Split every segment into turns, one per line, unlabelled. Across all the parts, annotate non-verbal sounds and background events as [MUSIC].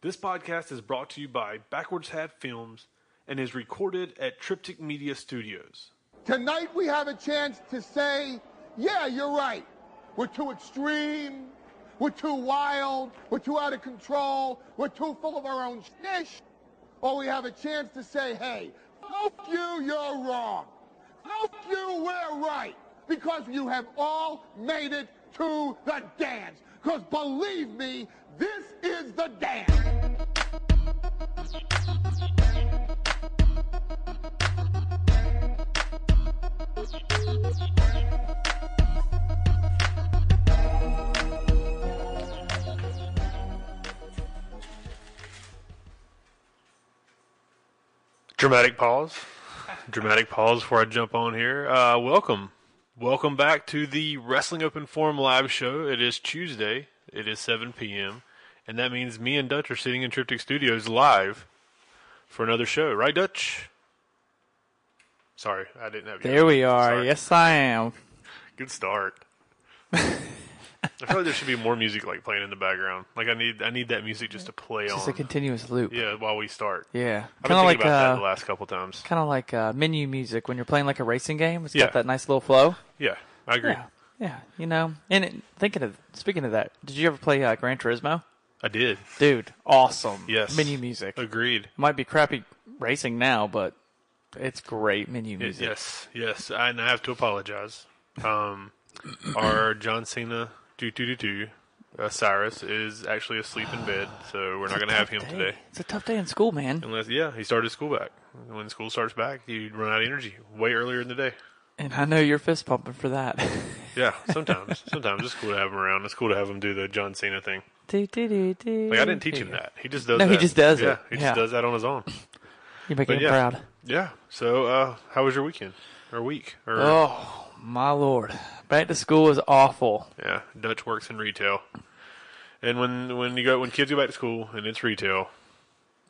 This podcast is brought to you by Backwards Hat Films and is recorded at Triptych Media Studios.
Tonight we have a chance to say, yeah, you're right. We're too extreme. We're too wild. We're too out of control. We're too full of our own shnish. Or we have a chance to say, hey, fuck you, you're wrong. Fuck you, we're right. Because you have all made it to the dance. Because believe me, this is the dance.
Dramatic pause. Dramatic pause before I jump on here. Uh, welcome. Welcome back to the Wrestling Open Forum live show. It is Tuesday. It is 7 p.m. And that means me and Dutch are sitting in Triptych Studios live for another show. Right, Dutch? Sorry, I didn't have you.
There we are.
Sorry.
Yes, I am.
Good start. I feel like there should be more music like playing in the background. Like I need I need that music just to play
It's
on.
a continuous loop. Yeah.
yeah, while we start. I've
Kind
been thinking
of like
about that the
uh,
last couple times.
kind of like uh, menu music when you're playing like a racing game. It's
Yeah.
got that nice little flow.
Yeah, I agree.
Yeah. Yeah. You know. And it, thinking of speaking of that, did you ever play uh, Gran Turismo?
I did.
Dude, awesome.
Yes.
Menu music.
Agreed.
Might be crappy racing now, but it's great menu
Y-
music.
Yes, yes. I, and I have to apologize.
[CLEARS THROAT]
Um, our John Cena do do do do uh, Cyrus is actually asleep in bed, so we're not going to have him
Tough day.
today.
It's a tough day in school, man.
Unless yeah, he started school back. When school starts back, you run out of energy way earlier in the day.
And I know you're fist pumping
[LAUGHS]
for that.
Yeah, sometimes. [LAUGHS] sometimes it's cool to have him around. It's cool to have him do the John Cena thing.
do, do, do, do.
Like I didn't teach him that. He just does.
No,
that.
he just does it.
Yeah, he
Yeah.
just does that on his own.
You're making
But
him
yeah.
proud.
Yeah. So, uh, how was your weekend or week? Or
Oh my lord! Back to school is awful.
yeah, Dutch works in retail, and when when you go when kids go back to school and it's retail,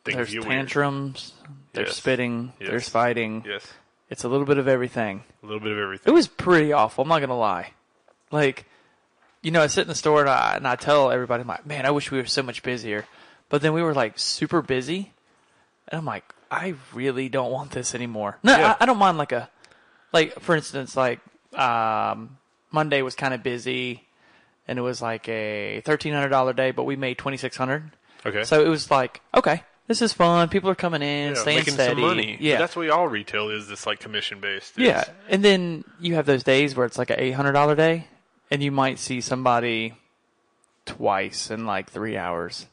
things
There's
get weird.
tantrums. There's
Yes.
spitting. There's
Yes.
fighting.
Yes,
It's a little bit of everything.
a little bit of
It
everything.
was pretty awful. I'm not gonna lie. Like, you know, I sit in the store and I, and I tell everybody, I'm like, man, I wish we were so much busier. But then we were like super busy, and I'm like, I really don't want this anymore. No,
Yeah.
I, I don't mind like a, like for instance, like um, Monday was kind of busy, and it was like a thirteen hundred dollar day, but we made twenty six hundred.
Okay.
So it was like, okay, this is fun. People are coming
yeah,
in, staying
making some
steady.
money.
Yeah,
But that's what all retail is. This like commission based.
yeah. And then you have those days where it's like an eight hundred dollar day, and you might see somebody twice in like three hours.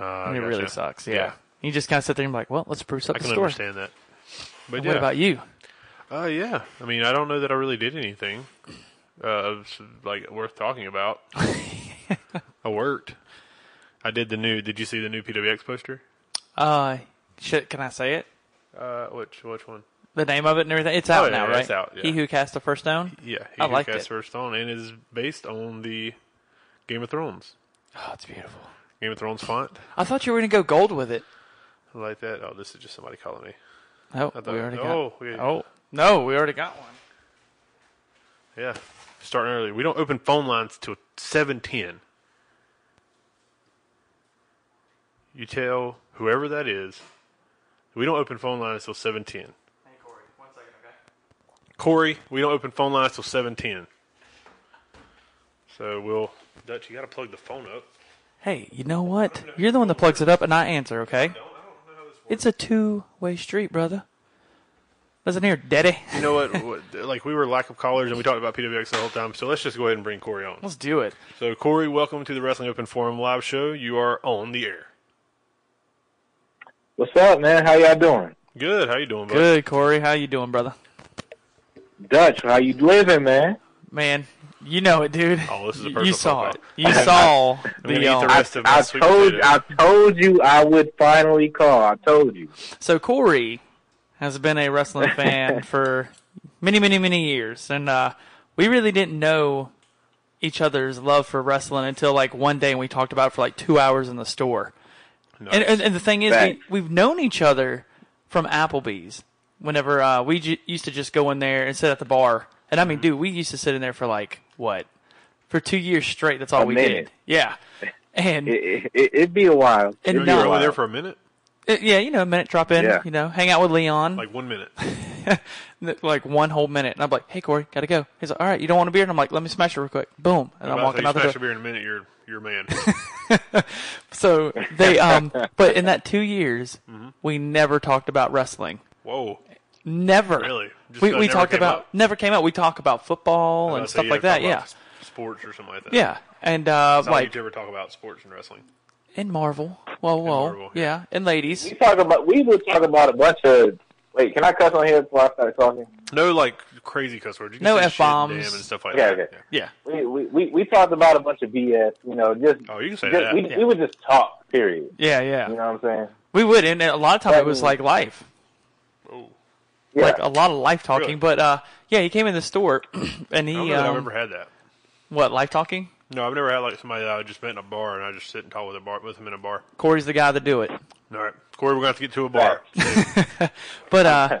uh,
And it really
gotcha.
sucks. Yeah. You just kind of sit there and be like, well, let's spruce up
I
the
can
store.
understand that. But yeah.
What about you?
Uh, yeah. I mean, I don't know that I really did anything, uh, s- like worth talking
[LAUGHS]
about. I worked. I did the new. Did you see the new PWX poster?
Uh, shit. Can I say it?
Uh, which which one?
The name of it and everything. It's out
Oh, yeah,
now,
yeah,
right?
it's out, yeah.
He who cast the first stone.
Yeah,
I liked
cast
it.
first on, and is based on the Game of Thrones.
Oh, it's beautiful.
Game of Thrones font.
[LAUGHS] I thought you were gonna go gold with it.
I like that. Oh, this is just somebody calling me.
Oh,
thought-
we already got.
oh, we-
oh, no, we already got one.
Yeah, starting early. We don't open phone lines till seven ten. You tell whoever that is. We don't open phone lines till seven ten.
Hey Corey, one second, okay.
Corey, we don't open phone lines till seven ten. So we'll Dutch, you gotta plug the phone up.
Hey, you know what? You're the one that plugs it up and I answer, okay?
I don't know how this works.
It's a two way street, brother. Listen here, daddy. [LAUGHS]
You know what, what- Like we were lack of callers and we talked about PWX the whole time. So let's just go ahead and bring Corey on.
Let's do it.
So Corey, welcome to the Wrestling Open Forum live show. You are on the air.
What's up, man? How y'all doing?
Good. How you doing, bud?
Good, Corey. How you doing, brother?
Dutch, how you living, man?
Man, you know it, dude.
Oh, this is a
You-
personal
You saw
phone
it. You
[LAUGHS]
saw
gonna eat
the. um,
the
I,
Rest of my
I
sweet
told
potato.
I told you I would finally call. I told you.
so Corey has been a
[LAUGHS]
wrestling fan for many, many, many years, and uh, we really didn't know each other's love for wrestling until like one day, and we talked about it for like two hours in the store.
Nice.
And, and, and the thing is,
Right.
we, we've known each other from Applebee's. Whenever uh, we ju- used to just go in there and sit at the bar, and I
Mm-hmm.
mean, dude, we used to sit in there for like what, for two years straight. That's all
A
we
minute.
did. Yeah. and
It, it, it'd be a while.
You're,
And
It'd be
you're
a
only
while.
there for a minute,
uh, yeah, you know, a minute drop in,
Yeah.
you know, hang out with Leon
like one minute.
like, one whole minute, and I'm like, hey Corey, gotta go. He's like, all right, you don't want a beer, and I'm like, let me smash it real quick. Boom, and
About to
I'm
say,
walking
you
out the
smash
door.
a beer in a minute. You're you're a
[LAUGHS]
man.
So
[LAUGHS]
they um but in that 2 years
Mm-hmm.
we never talked about wrestling.
Whoa.
Never.
Really? Just
we
that
we
never
talked
came
about
up?
never came out. We talk about football
About uh,
and
to say,
stuff
you
like
don't talk
that. Yeah.
about s- Sports or something like that.
Yeah. And uh
It's not like
like
you ever talk about sports and wrestling.
in Marvel. Whoa, whoa.
Marvel,
yeah.
yeah.
and ladies.
We talk about. We would talk about a bunch of. Wait, can I cuss on here before I start talking?
No, like crazy cuss words. You can
No
say shit,
F-bombs.
damn, and stuff like
Yeah,
that.
okay.
Yeah.
Yeah.
We, we we we talked about a bunch of BS. You know, just
Oh, you can say
just-
that.
We,
Yeah.
we would just talk. Period.
Yeah, yeah.
You know what I'm saying?
We would and a lot of time it was like life.
Oh,
Yeah.
Like uh, a lot of life talking,
Really?
but uh yeah, he came in the store [CLEARS THROAT] and
I don't
he
know that I've
um,
ever had that.
what, life talking?
No, I've never had like somebody that I just met in a bar and I just sit and talk with a bar with them in a bar.
Corey's the guy to do it.
All right, Corey, we're gonna have to get to a bar.
But uh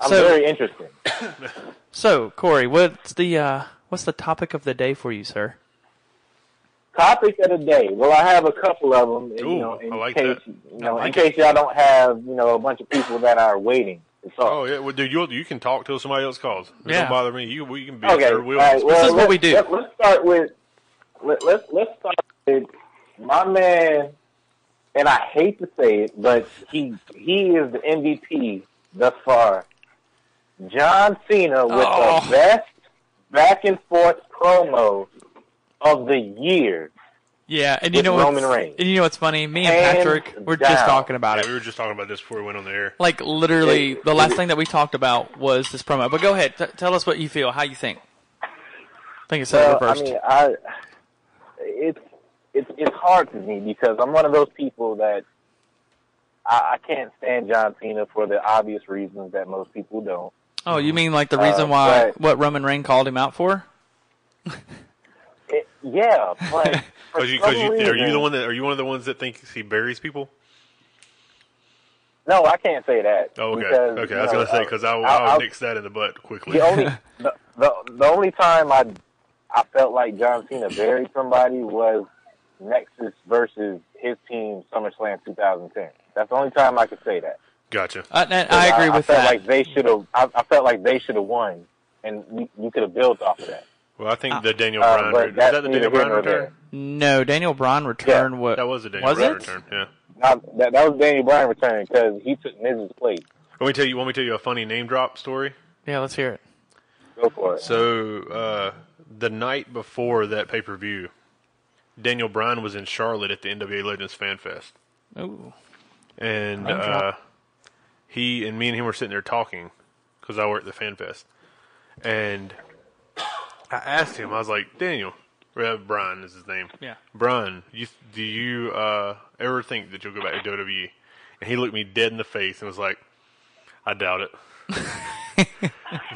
I'm
so-
very interesting.
so Corey, what's the uh what's the topic of the day for you, sir?
Topic of the day. Well, I have a couple of them. And,
Ooh,
you know, in
I like
case,
that.
You know,
I like
in case y'all don't have you know a bunch of people that are waiting to talk.
[LAUGHS] Oh yeah, well, dude, you you can talk till somebody else calls. It
Yeah.
Don't bother me. You we can be
Okay.
sure
all
Oh, we'll.
right, well,
This is what
let's-
we do.
Let, us start with let, let's let's start with my man, and I hate to say it, but he he is the MVP thus far. John Cena with
Oh.
the best back and forth promo of the year.
Yeah, and you
with
know
Roman
what's-
Reigns.
And you know what's funny? Me and
Hands
Patrick we're just
down.
talking about
Yeah,
it.
we were just talking about this before we went on the air.
Like literally,
It-
the last
it-
thing that we talked about was this promo. But go ahead, t- tell us what you feel, how you think. I think it's
Well, I
reversed.
mean, I it's it's it's hard for me because I'm one of those people that I, I can't stand John Cena for the obvious reasons that most people don't.
oh, you mean like the
uh,
reason why
but-
what Roman Reigns called him out for?
It, yeah, but for
Because you, [LAUGHS]
some
cause you, are you the
reason-
one that are you one of the ones that thinks he buries people?
No, I can't say that.
Oh, okay,
because,
okay.
you
I was
know, uh,
gonna say because I, will
I-
I,
I-
will nix that in the butt quickly.
the only the, the the only time I I felt like John Cena buried somebody was Nexus versus his team SummerSlam 2010. That's the only time I could say that.
[LAUGHS] gotcha.
I, Uh, and I agree with
I felt
that.
Like they should have. I, I felt like they should have won, and you, you could have built off of that.
Well, I think the Daniel
Uh,
Bryan
but
return. Is that
that's
the Daniel
neither here
Bryan
nor
return?
no, Daniel Bryan returned
Yeah,
what
That was the Daniel
Was
Bryan
it?
return. Yeah.
Not, that, that was Daniel Bryan returning because he took Miz's place.
Let me tell you. Let me to tell you a funny name drop story.
Yeah, let's hear it.
Go for it.
So uh, the night before that pay per view, Daniel Bryan was in Charlotte at the NWA Legends Fan Fest,
Ooh.
and
Name
uh,
drop.
he and me and him were sitting there talking because I worked at the Fan Fest, and I asked him, I was like, Daniel, uh, Bryan is his name,
Yeah.
Bryan, you, do you uh, ever think that you'll go back to WWE? And he looked me dead in the face and was like, I doubt it. [LAUGHS] and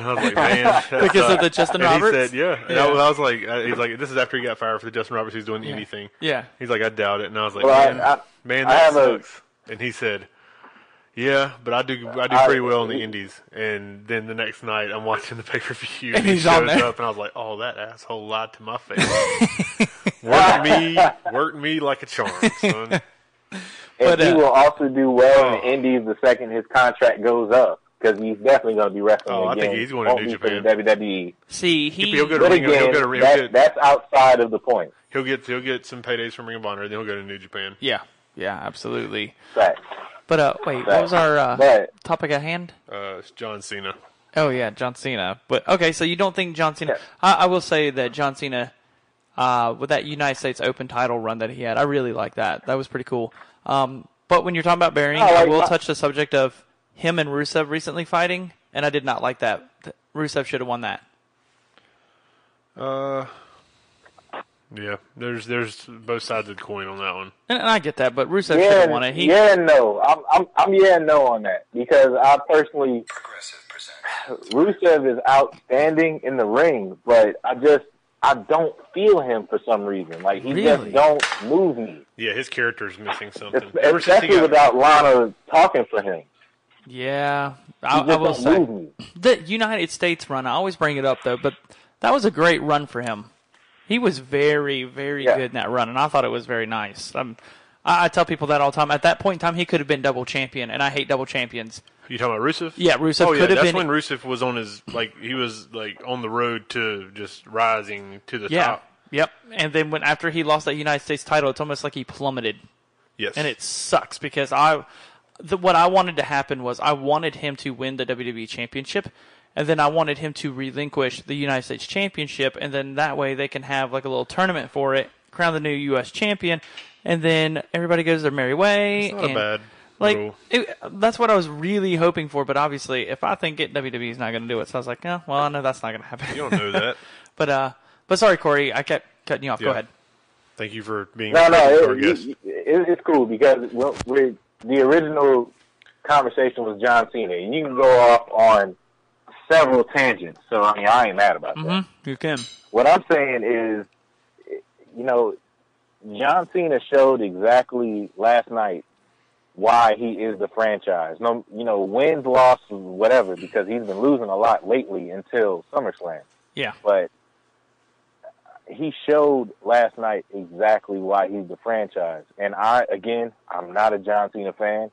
I was like, man, that's
[LAUGHS] Because
not-
of the Justin
and
Roberts.
He said, yeah. And I, was, I was like, I, he's like, this is after he got fired for the Justin Roberts. He's doing anything.
Yeah.
He's like, I doubt it. And I was like,
Well, I-
man,
I-
man,
I
that
have a-
sucks. and he said, yeah, but I do, I do
I-
pretty well in the Indies. And then the next night, I'm watching the [LAUGHS] pay per view, and,
he's
he
on
shows
there.
up, and I was like, oh, that asshole lied to my face.
[LAUGHS]
worked me, worked me like a charm, son.
and
but,
he
uh,
will also do well in
oh.
the Indies the second his contract goes up because he's definitely going to be wrestling
Oh, I
again.
think he's going to
Won't
New
be for the
Japan.
WWE.
See, he
He'll go to
But
Ring. He'll
again,
go to Ring. He'll
that,
get,
that's outside of the point.
he'll get, he'll get some paydays from Ring of Honor. Then he'll go to New Japan.
Yeah. Yeah, absolutely.
Fact.
But uh wait, what
But-
was our uh,
but-
topic at hand?
Uh, it's John Cena.
Oh yeah, John Cena. But okay, so you don't think John Cena?
Yeah.
I, I will say that John Cena, uh, with that United States Open title run that he had, I really like that. That was pretty cool. Um, but when you're talking about burying,
I
I
like
will
that.
touch the subject of him and Rusev recently fighting, and I did not like that. Th- Rusev should have won that.
Uh, yeah. There's there's both sides of the coin on that one.
And, and I get that, but Rusev should
Yeah,
have won it.
and-
He,
yeah, and no. I'm, I'm, I'm yeah, and no on that because I personally
Progressive presents.
Rusev is outstanding in the ring, but I just I don't feel him for some reason. Like he
Really?
just don't move me,
Yeah, his character's missing something.
Es-
Ever since he
especially
got,
without Lana talking for him.
yeah,
He
I,
just
I will
don't
say
move me.
the United States run. I always bring it up though, but that was a great run for him. He was very, very
Yeah.
good in that run, and I thought it was very nice. Um, I, I tell people that all the time. At that point in time, he could have been double champion, and I hate double champions.
You talking about Rusev?
Yeah, Rusev
oh, yeah,
could have
that's when
been-
Rusev was on his like he was like on the road to just rising to the
Yeah.
top.
Uh, Yep. And then when after he lost that United States title, it's almost like he plummeted,
Yes,
and it sucks because I, the, what I wanted to happen was I wanted him to win the WWE Championship, and then I wanted him to relinquish the United States Championship, and then that way they can have like a little tournament for it, crown the new U.S. champion, and then everybody goes their merry way.
It's not a
and-
bad
like
rule.
it, that's what I was really hoping for, but obviously, if I think it, WWE is not going to do it, so I was like, yeah, well, I know that's not going to happen.
You don't know that.
[LAUGHS] But uh, but sorry, Corey, I kept cutting you off. Go
Yeah.
ahead.
Thank you for being
No, no,
our
it,
guest.
it, it, it's cool because well, we the original conversation was John Cena, and you can go off on several tangents. So I mean, I ain't mad about
Mm-hmm.
that.
You can.
What I'm saying is, you know, John Cena showed exactly last night why he is the franchise. No, you know, wins, losses, whatever, because he's been losing a lot lately until SummerSlam
Yeah.
but he showed last night exactly why he's the franchise. And I, again, I'm not a John Cena fan,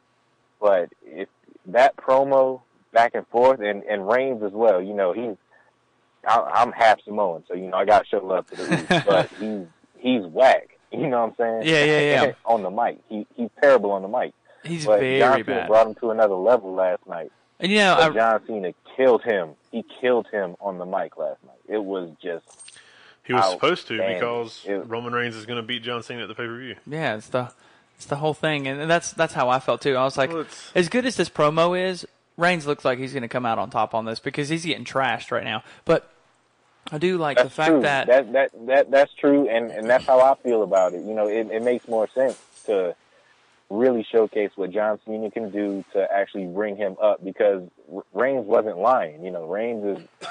but if that promo back and forth and, and Reigns as well, you know, he's, I, I'm half Samoan, so, you know, I got to show love
[LAUGHS]
to the East, but he's, he's whack. You know what I'm saying?
Yeah, yeah, yeah.
[LAUGHS] on the mic. He, he's terrible on the mic.
He's
but
very
John Cena
bad.
brought him to another level last night.
and you know,
But
I,
John Cena killed him. He killed him on the mic last night. It was just
He was
Ouch.
supposed to
Damn.
because
Ew.
Roman Reigns is going to beat John Cena at the pay per view.
yeah, it's the it's the whole thing, and that's that's how I felt too. I was like,
Well, it's-
as good as this promo is, Reigns looks like he's going to come out on top on this because he's getting trashed right now. But I do like the
that's
fact
true.
that,
that that that that's true, and and that's how I feel about it. You know, it, it makes more sense to really showcase what John Cena can do to actually bring him up because R- Reigns wasn't lying. You know, Reigns is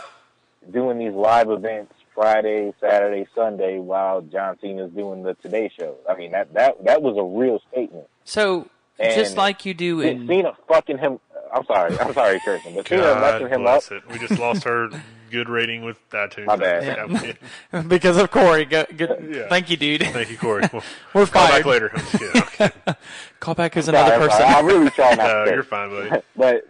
[COUGHS] doing these live events Friday, Saturday, Sunday, while John Cena's doing the Today Show. I mean, that that that was a real statement.
so just
And
like you do
And
in
Cena fucking him. I'm sorry. I'm sorry, Kirsten, but Cena messing
God
him up.
bless it. We just lost
[LAUGHS]
her good rating with iTunes.
My bad.
That was- that was it.
[LAUGHS] because of Corey. Go, good,
Yeah.
Thank you, dude.
Thank you, Corey. We'll
We're
call back
fired.
later. [LAUGHS] I'm just kidding. Okay.
[LAUGHS] Call back as
Sorry,
another
I'm
person.
sorry. I really
[LAUGHS]
try not
Uh,
to.
you're fine,
[LAUGHS]
buddy.
But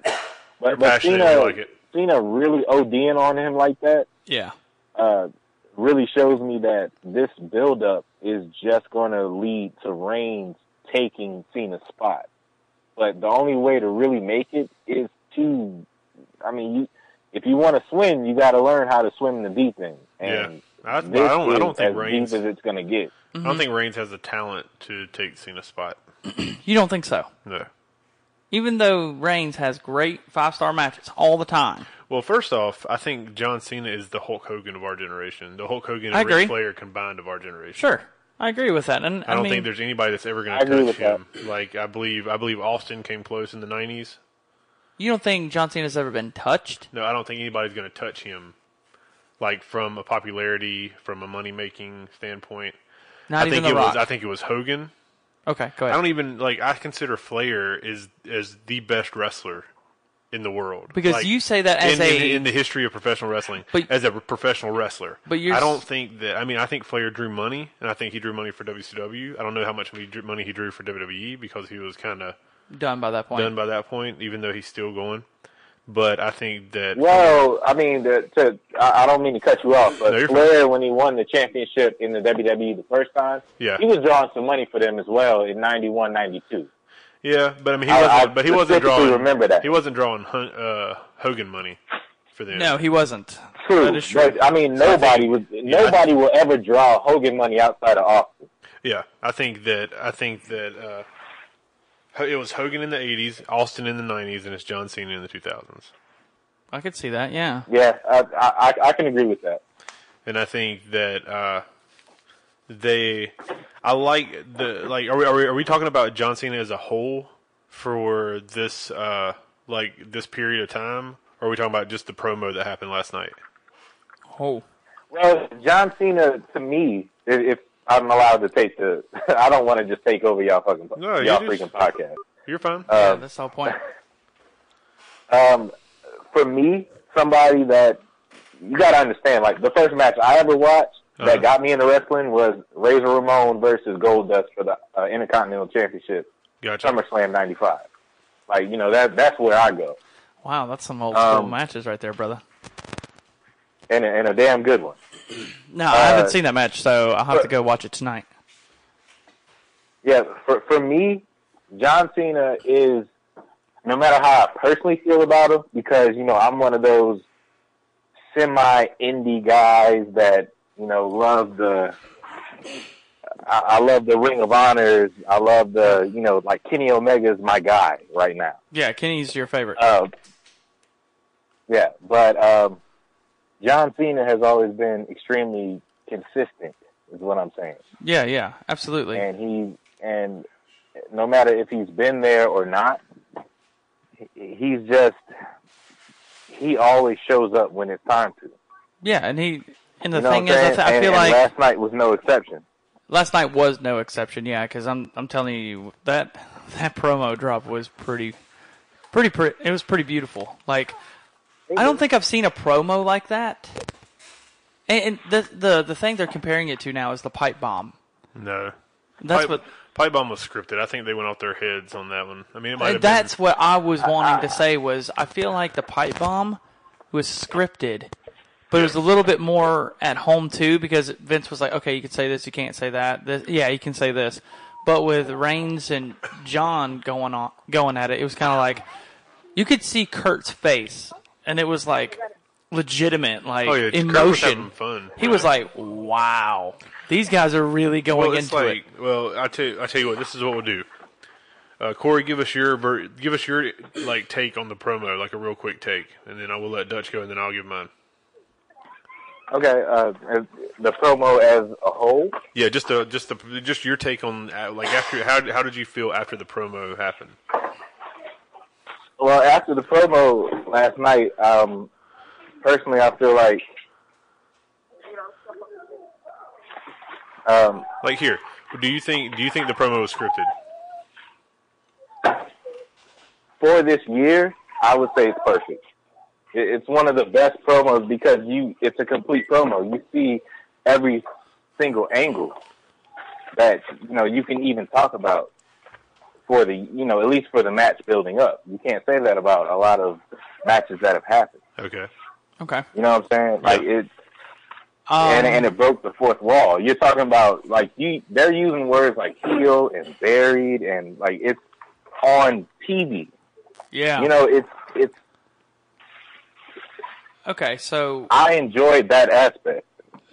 but, but
passionate,
Cena,
you like it.
Cena really ODing on him like that
Yeah.
uh, really shows me that this buildup is just going to lead to Reigns taking Cena's spot. But the only way to really make it is to, I mean, you, if you want to swim, you got to learn how to swim in the deep end. And
Yeah. I, I
this
don't. I
is
don't think
as
Reigns.
deep as it's going to get.
I
Mm-hmm.
don't think Reigns has the talent to take Cena's spot.
You don't think so?
No.
Even though Reigns has great five star matches all the time.
Well, first off, I think John Cena is the Hulk Hogan of our generation. The Hulk Hogan
I
and
agree.
Ric Flair combined of our generation.
Sure, I agree with that. And I,
I don't
mean,
think there's anybody that's ever
I
going to
agree
touch
with
him. Like I believe, I believe Austin came close in the '90s.
you don't think John Cena's ever been touched.
No, I don't think anybody's going to touch him. Like from a popularity, from a money making standpoint,
Not
I
even
think
the
it
Rock.
was. I think it was Hogan.
okay, go
I
ahead.
don't even like. I consider Flair is as the best wrestler in the world
Because
Like,
you say that as
in, in-
a-
in the history of professional wrestling
But-
as a professional wrestler.
But you're
I
s-
don't think that. I mean, I think Flair drew money, and I think he drew money for WCW. I don't know how much he drew- money he drew for WWE because he was kind of
Done by that point.
done by that point, even though he's still going. But I think that
Well, I mean, the, to, I, I don't mean to cut you off, but
No, you're fine.
Flair, when he won the championship in the WWE the first time,
Yeah.
he was drawing some money for them as well in 91, 92.
Yeah, but I mean, he
I-
wasn't.
I
but he wasn't
specifically
drawing.
remember that.
he wasn't drawing Hun- uh, Hogan money for them.
No, he wasn't.
True,
That is true.
but I mean, nobody would, nobody will ever draw Hogan money outside of Austin.
Yeah, I think that. I think that uh, Ho- it was Hogan in the '80s, Austin in the '90s, and it's John Cena in the 2000s.
I could see that. Yeah.
Yeah, I, I, I can agree with that.
And I think that uh, they. I like the like. Are we, are we are we talking about John Cena as a whole for this uh, like this period of time? Or are we talking about just the promo that happened last night?
Oh,
Well, John Cena, to me, if, if I'm allowed to take the, [LAUGHS] I don't want to just take over y'all fucking,
No, you
y'all
just-
freaking podcast.
You're fine.
yeah, that's the whole point.
um, for me, somebody that you gotta understand, like the first match I ever watched
Uh-huh.
that got me into wrestling was Razor Ramon versus Goldust for the uh, Intercontinental Championship,
Gotcha.
SummerSlam '95. Like you know that that's where I go,
Wow, that's some old school
Um,
matches right there, brother.
and a, and a damn good one.
No, I haven't
uh,
seen that match, so I'll have to go watch it tonight.
Yeah, for for me, John Cena is no matter how I personally feel about him, because you know I'm one of those semi indie guys that you know love the. I, I love the Ring of Honors. I love the you know like Kenny Omega's my guy right now.
Yeah, Kenny's your favorite.
Uh, yeah, but um, John Cena has always been extremely consistent, is what I'm saying.
yeah, yeah, absolutely.
And he and no matter if he's been there or not, he- he's just he always shows up when it's time to.
yeah, and he and the
You know
thing
what
is, I,
I'm
th-
saying?
I
and,
feel
and
like
last night was no exception.
Last night was no exception, yeah, because I'm I'm telling you that that promo drop was pretty, pretty pretty. It was pretty beautiful. Like, I don't think I've seen a promo like that. And, and the the the thing they're comparing it to now is the pipe bomb.
No.
That's
Pipe,
what
Pipe Bomb was scripted. I think they went off their heads on that one. I mean, it might have
and Uh, that's what I was wanting to say was I feel like the pipe bomb was scripted, but it was a little bit more at home too because Vince was like, okay, you can say this, you can't say that. This, yeah, you can say this, but with Reigns and John going on going at it, it was kind of like you could see Kurt's face, and it was like legitimate, like
been. Oh, yeah. Kurt was having
emotion.
fun.
He was like, wow, these guys are really going
well, it's
into
like,
it.
well, I tell I tell you what, this is what we'll do. Uh, Corey, give us your ver- give us your like take on the promo, like a real quick take, and then I will let Dutch go, and then I'll give mine.
Okay, uh, as- the promo as a whole.
Yeah, just the just the just your take on uh, like after how how did you feel after the promo happened?
Well, after the promo last night, um, personally, I feel like um,
Like here, do you think do you think the promo was scripted?
for this year, I would say it's perfect. It- It's one of the best promos because you it's a complete promo. You see every single angle that you know you can even talk about for the you know at least for the match building up. You can't say that about a lot of matches that have happened.
Okay,
Okay,
You know what I'm saying? Like
Yeah.
it
um,
and and it broke the fourth wall. You're talking about like you they're using words like heal and buried and like it's on TV.
Um, yeah.
You know, it's it's
okay, so
I enjoyed that aspect.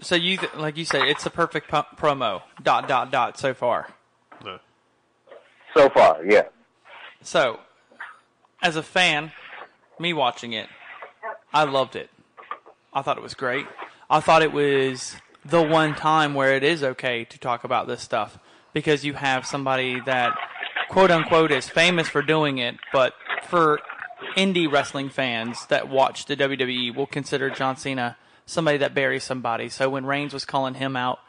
So you th- like you say it's the perfect pu- promo. Dot dot dot so far.
no,
So far, yeah.
So as a fan, me watching it, I loved it. I thought it was great. I thought it was the one time where it is okay to talk about this stuff because you have somebody that quote unquote is famous for doing it, but for indie wrestling fans that watch the WWE will consider John Cena somebody that buries somebody. So when Reigns was calling him out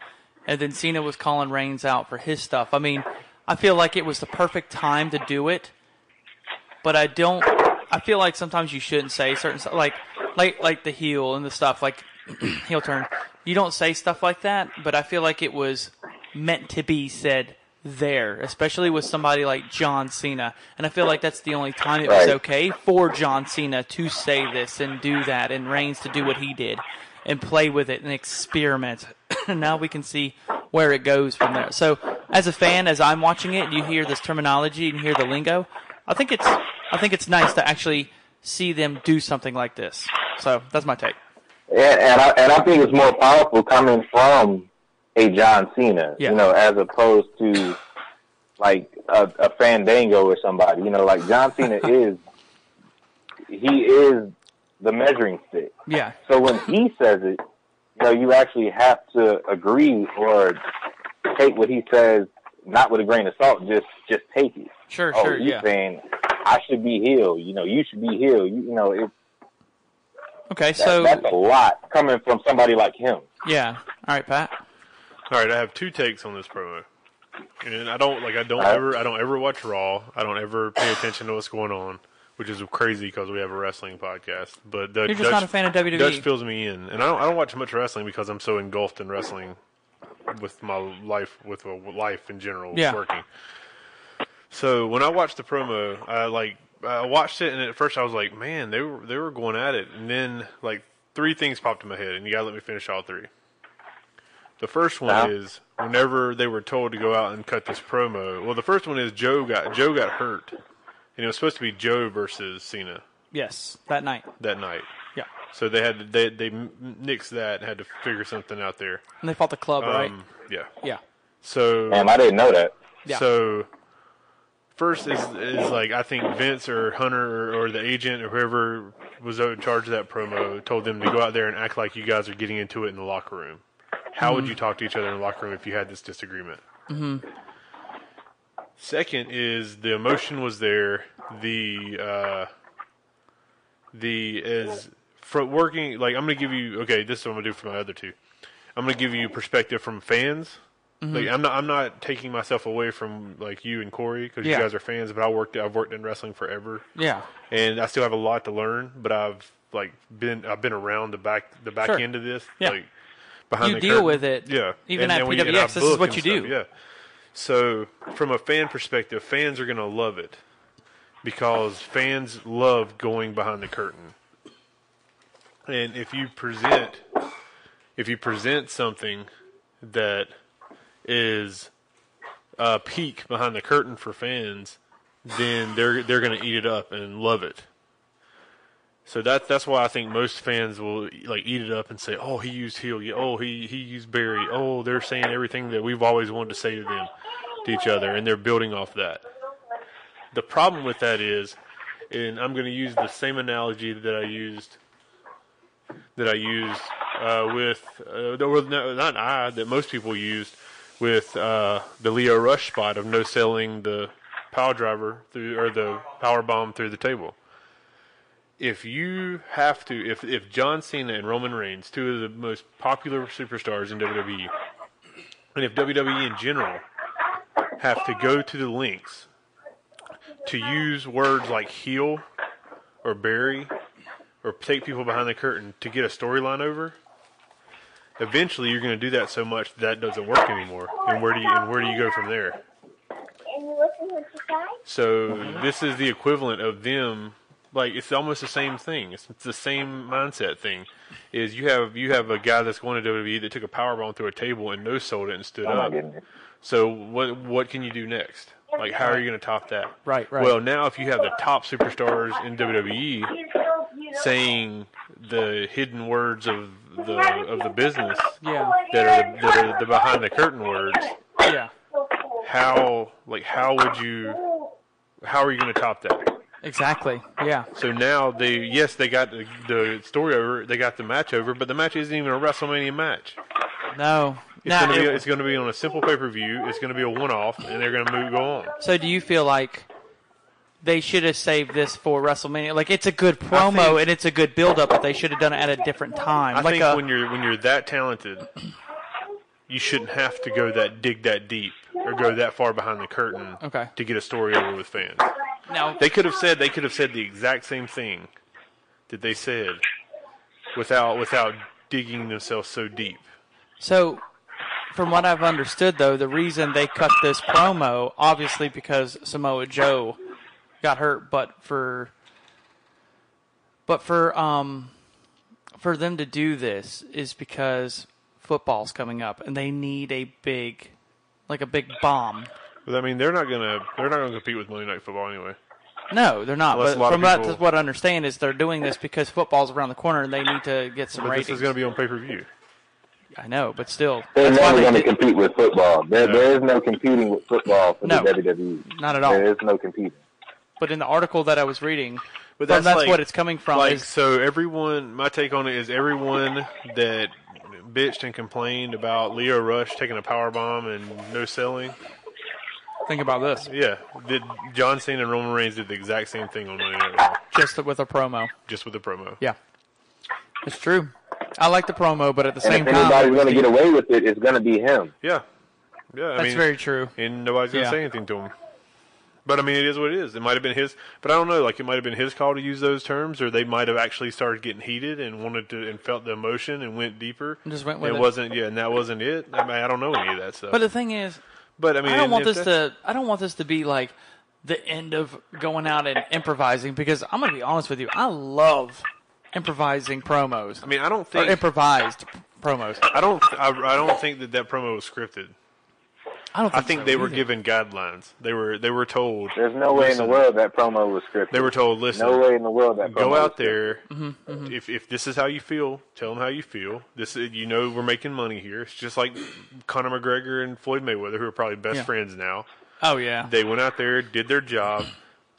and then Cena was calling Reigns out for his stuff. I mean, I feel like it was the perfect time to do it, but I don't. I feel like sometimes you shouldn't say certain stuff, like like like the heel and the stuff, like [CLEARS THROAT] heel turn. You don't say stuff like that, but I feel like it was meant to be said there, especially with somebody like John Cena. And I feel like that's the only time it was
Right.
okay for John Cena to say this and do that, and Reigns to do what he did and play with it and experiment. [CLEARS THROAT] And now we can see where it goes from there. So, as a fan, as I'm watching it, you hear this terminology and hear the lingo. I think it's I think it's nice to actually see them do something like this. So that's my take.
And, and I and I think it's more powerful coming from a John Cena,
Yeah.
you know, as opposed to like a, a Fandango or somebody. You know, like John Cena is he is the measuring stick.
Yeah,
So when he says it, you know, you actually have to agree or take what he says, not with a grain of salt, just just take it.
sure,
oh,
sure,
he's
yeah.
saying I should be healed. You know, you should be healed. You, you know, it,
Okay,
that,
so
that's a lot coming from somebody like him.
yeah. All right, Pat.
All right, I have two takes on this promo, and I don't like I don't
All right.
ever I don't ever watch Raw. I don't ever pay attention to what's going on. which is crazy because we have a wrestling podcast. But Dutch,
You're just not a fan of E. WWE.
Dutch fills me in, and I don't. I don't watch much wrestling because I'm so engulfed in wrestling with my life, with uh, life in general,
Yeah.
working. So when I watched the promo, I like I watched it, and at first I was like, "Man, they were they were going at it." And then like three things popped in my head, and you gotta let me finish all three. The first one
Wow.
is whenever they were told to go out and cut this promo. Well, the first one is Joe got Joe got hurt, and it was supposed to be Joe versus Cena
Yes, that night.
that night.
Yeah,
So they had to, they they nixed that and had to figure something out there.
and they fought the club, right?
Um, yeah.
Yeah,
So
Damn, I didn't know that.
yeah.
so first is is like I think Vince or Hunter or, or the agent or whoever was in charge of that promo told them to go out there and act like you guys are getting into it in the locker room. How would you talk to each other in the locker room if you had this disagreement? Mm-hmm. Second is the emotion was there. The uh, the is from working like I'm gonna give you okay. This is what I'm gonna do for my other two. I'm gonna give you perspective from fans.
Mm-hmm.
Like I'm not I'm not taking myself away from like you and Corey because
Yeah.
you guys are fans, but I worked I've worked in wrestling forever,
yeah.
and I still have a lot to learn. But I've like been I've been around the back the back
Sure.
end of this.
Yeah.
Like, behind
You
the
deal
curtain.
with it,
Yeah,
even
And
at
then we- and I
PWX, this is
book
what
and
you
stuff,
do.
Yeah. So from a fan perspective, fans are gonna love it because fans love going behind the curtain. And if you present if you present something that is a peek behind the curtain for fans, then they're they're going to eat it up and love it. So that's that's why I think most fans will like eat it up and say, "Oh, he used heel. Yeah, Oh, he he used Barry. Oh, they're saying everything that we've always wanted to say to them, to each other, and they're building off that." The problem with that is, and I'm going to use the same analogy that I used that I used uh, with uh, that were- no, not I that most people used with uh, the Leo Rush spot of no selling the power driver through or the power bomb through the table. If you have to, if if John Cena and Roman Reigns, two of the most popular superstars in WWE, and if WWE in general have to go to the links to use words like heel or bury or take people behind the curtain to get a storyline over, eventually you're going to do that so much that doesn't work anymore. And where do you and where do you go from there?
And you listen to the guy?
So
Uh-huh.
this is the equivalent of them. Like it's almost the same thing. It's, it's the same mindset thing. Is you have you have a guy that's going to WWE that took a power bomb through a table and no sold it and stood
Oh my
up.
goodness.
So what what can you do next? Like how are you going to top that?
Right, right.
Well, now if you have the top superstars in WWE
You so beautiful.
saying the hidden words of the of the business
Yeah.
that are the, that are the behind the curtain words.
yeah,
How like how would you how are you going to top that?
exactly. Yeah,
So now they yes they got the, the story over they got the match over but the match isn't even a WrestleMania match.
no,
It's
no.
going to be it's going to be on a simple pay per view. It's going to be a one off and they're going to move go on.
So do you feel like they should have saved this for WrestleMania? Like it's a good promo
think-
and it's a good build up, but they should have done it at a different time.
I
like uh,
think
a,
when you're when you're that talented, you shouldn't have to go that dig that deep or go that far behind the curtain
Okay.
to get a story over with fans.
now
They could have said they could have said the exact same thing that they said without without digging themselves so deep.
So, from what I've understood, though, the reason they cut this promo, obviously because Samoa Joe got hurt, but for, but for um, for them to do this is because football's coming up and they need a big, like a big bomb.
But I mean, they're not gonna they're not gonna compete with Monday Night Football anyway.
No, they're not.
Unless a
but
lot of
from what,
people-
what I understand is they're doing this because football's around the corner and they need to get some
But
ratings.
this is gonna be on pay per view.
I know, but still,
They're
that's why
never
they
going to
did-
compete with football. There, there is no competing with football for
No.
the WWE.
Not at all.
There is no competing.
But in the article that I was reading,
But
that's,
that's like-
what it's coming from.
Like
is
so, everyone. My take on it is everyone that bitched and complained about Leo Rush taking a power bomb and no selling.
Think about this.
Yeah, did John Cena and Roman Reigns did the exact same thing on Monday Night Raw,
Just with a promo.
just with the promo.
Yeah. It's true. I like the promo, but at the
And
same
if
time,
anybody's going to
the-
get away with it, it's going to be him.
yeah, yeah. I
that's
mean,
very true.
and nobody's gonna
Yeah.
say anything to him. But I mean, it is what it is. It might have been his, but I don't know. Like it might have been his call to use those terms, or they might have actually started getting heated and wanted to and felt the emotion and went deeper.
And just went with it.
wasn't yeah, and that wasn't it. I mean, I don't know any of that stuff.
But the thing is,
But, I mean,
I don't want
if
this
that's-
to. I don't want this to be like the end of going out and improvising because I'm gonna be honest with you. I love improvising promos.
I mean, I don't
or
think
improvised promos.
I don't I, I don't think that that promo was scripted.
I don't.
I
Think
think
so
they were
either.
given guidelines. They were they were told
There's no way in the
listen.
world that promo was scripted.
They were told, listen,
no way in the world that promo
go
was
out
scripted.
there.
Mm-hmm,
If if this is how you feel, tell them how you feel. This is, you know we're making money here. It's just like Conor McGregor and Floyd Mayweather, who are probably best
Yeah.
friends now.
Oh yeah.
They went out there, did their job,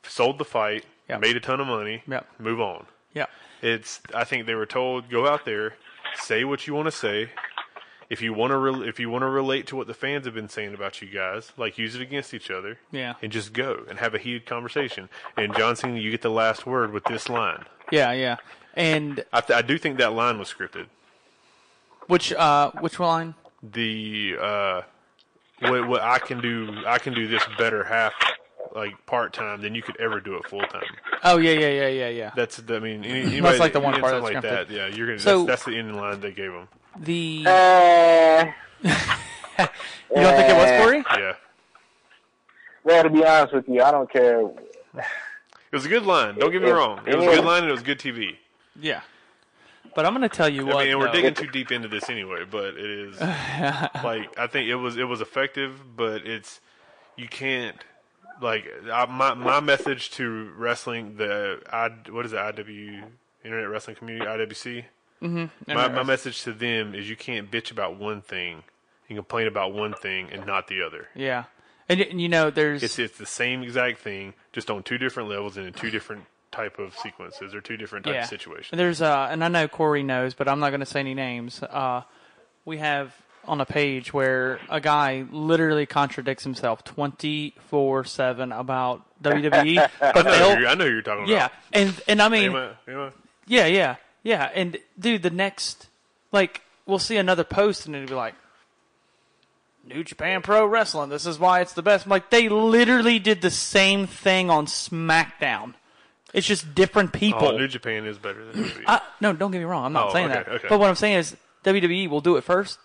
sold the fight,
Yeah.
made a ton of money,
Yeah.
move on.
yeah.
It's I think they were told go out there, say what you want to say. If you want to re- if you want to relate to what the fans have been saying about you guys, like use it against each other.
Yeah.
And just go and have a heated conversation. And John Cena, you get the last word with this line.
Yeah. Yeah. And
I, th- I do think that line was scripted.
which uh which line?
The uh, what, what I can do, I can do this better half, like part time than you could ever do it full time.
Oh yeah yeah yeah yeah yeah.
That's I mean, any, anybody
That's like
that-
the one
any
part
time
that's
like
scripted.
that. Yeah, you're gonna.
So-
that's, that's the ending line they gave him.
The
Uh,
you don't think it was
eh.
Corey?
Yeah,
well, to be honest with you, I don't care.
it was a good line. Don't get me
It-
wrong. It
it
was a good
was.
line and it was good TV.
Yeah. But I'm gonna tell you what.
I mean, and we're
though.
digging too deep into this anyway, but it
[LAUGHS]
is like I think it was it was effective, but it's you can't like I, my my message to wrestling the I what is it IW Internet Wrestling Community IWC. My my message to them is you can't bitch about one thing, you complain about one thing and not the other.
Yeah. And, y- and you know, there's
It's it's the same exact thing, just on two different levels and in two different type of sequences or two different type
yeah.
of situations.
And there's uh, and I know Corey knows, but I'm not going to say any names. Uh, we have on a page where a guy literally contradicts himself 24 seven about WWE.
[LAUGHS] I know,
But
who
they'll-
you're, I know who you're talking
yeah,
about.
and and I
Am
mean,
I- am I-
yeah, yeah, yeah. And dude, the next like we'll see another post and it'll be like. New Japan Pro Wrestling. This is why it's the best. I'm like they literally did the same thing on SmackDown. It's just different people.
Oh, New Japan is better than WWE.
I, no, don't get me wrong. I'm not
Oh,
saying
okay,
that.
okay.
But what I'm saying is WWE will do it first,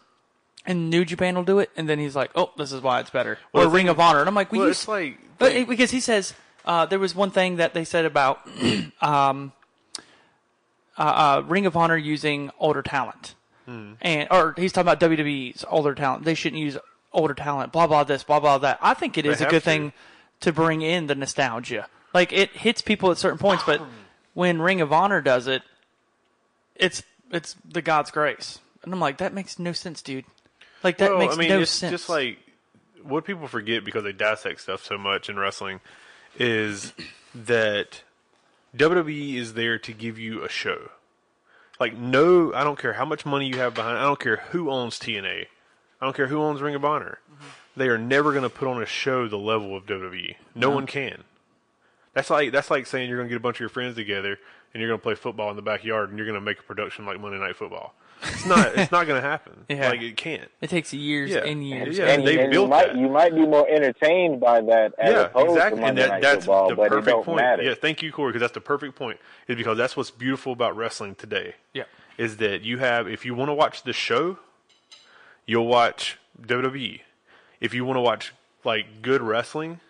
and New Japan will do it, and then he's like, "Oh, this is why it's better."
Well,
or
the
Ring
thing-
of Honor, and I'm like, "We
well,
used
it's like
but it- because he says uh, there was one thing that they said about [CLEARS THROAT] um, uh, uh, Ring of Honor using older talent,
Hmm.
and or he's talking about WWE's older talent. They shouldn't use older talent. Blah blah this. Blah blah that. I think it is a
have
good
to.
thing to bring in the nostalgia. Like it hits people at certain points,
[CLEARS THROAT]
but when Ring of Honor does it, it's it's the God's grace. And I'm like, that makes no sense, dude. Like that
Well,
makes
I mean,
no
it's
sense.
just like what people forget because they dissect stuff so much in wrestling is that WWE is there to give you a show. Like, no, I don't care how much money you have behind. I don't care who owns TNA. I don't care who owns Ring of Honor.
Mm-hmm.
They are never going to put on a show the level of WWE. No one can. That's like that's like saying you're going to get a bunch of your friends together and you're going to play football in the backyard and you're going to make a production like Monday Night Football. It's not. it's not going to happen.
[LAUGHS] Yeah.
Like it can't.
it takes years
Yeah.
and years.
Yeah.
and
they
and
built
you might
that.
you might be more entertained by that as
yeah,
opposed
exactly.
to Monday
and that,
Night
that's
Football,
the
but it
perfect
don't
point.
matter.
Yeah, thank you, Corey, because that's the perfect point. Is because that's what's beautiful about wrestling today.
Yeah.
is that you have if you want to watch the show, you'll watch WWE. If you want to watch like good wrestling,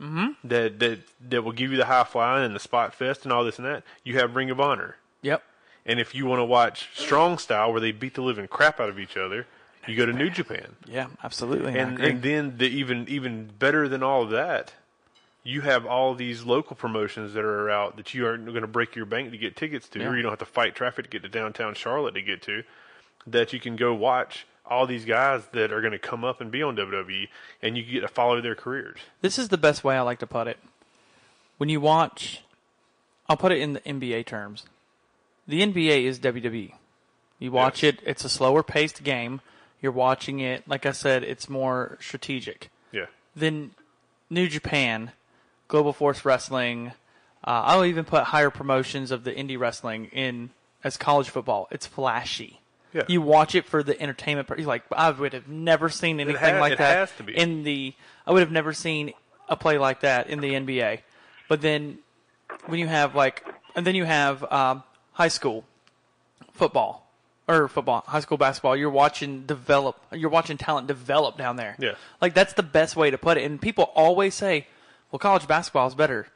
mm-hmm. that that that will give you the high flying and the spot fest and all this and that, you have Ring of Honor.
Yep.
And if you want to watch strong style where they beat the living crap out of each other, you go to New Japan.
Yeah, absolutely. I
and
agree.
and then the even even better than all of that, you have all these local promotions that are out that you aren't going to break your bank to get tickets to,
Yeah.
or you don't have to fight traffic to get to downtown Charlotte to get to, that you can go watch all these guys that are going to come up and be on WWE, and you get to follow their careers.
this is the best way I like to put it. When you watch, I'll put it in the NBA terms. The NBA is WWE. You watch
Yes.
it, it's a slower paced game. You're watching it, like I said, it's more strategic.
Yeah,
Then New Japan, Global Force Wrestling, uh, I'll even put higher promotions of the indie wrestling in as college football. It's flashy.
Yeah.
You watch it for the entertainment. Part. You're like, I would have never seen anything
ha-
like
it
that
has to be.
in the. I would have never seen a play like that in the NBA. But then when you have like, and then you have um, high school football or football, high school basketball. You're watching develop. You're watching talent develop down there.
Yeah.
like that's the best way to put it. And people always say, "Well, college basketball is better."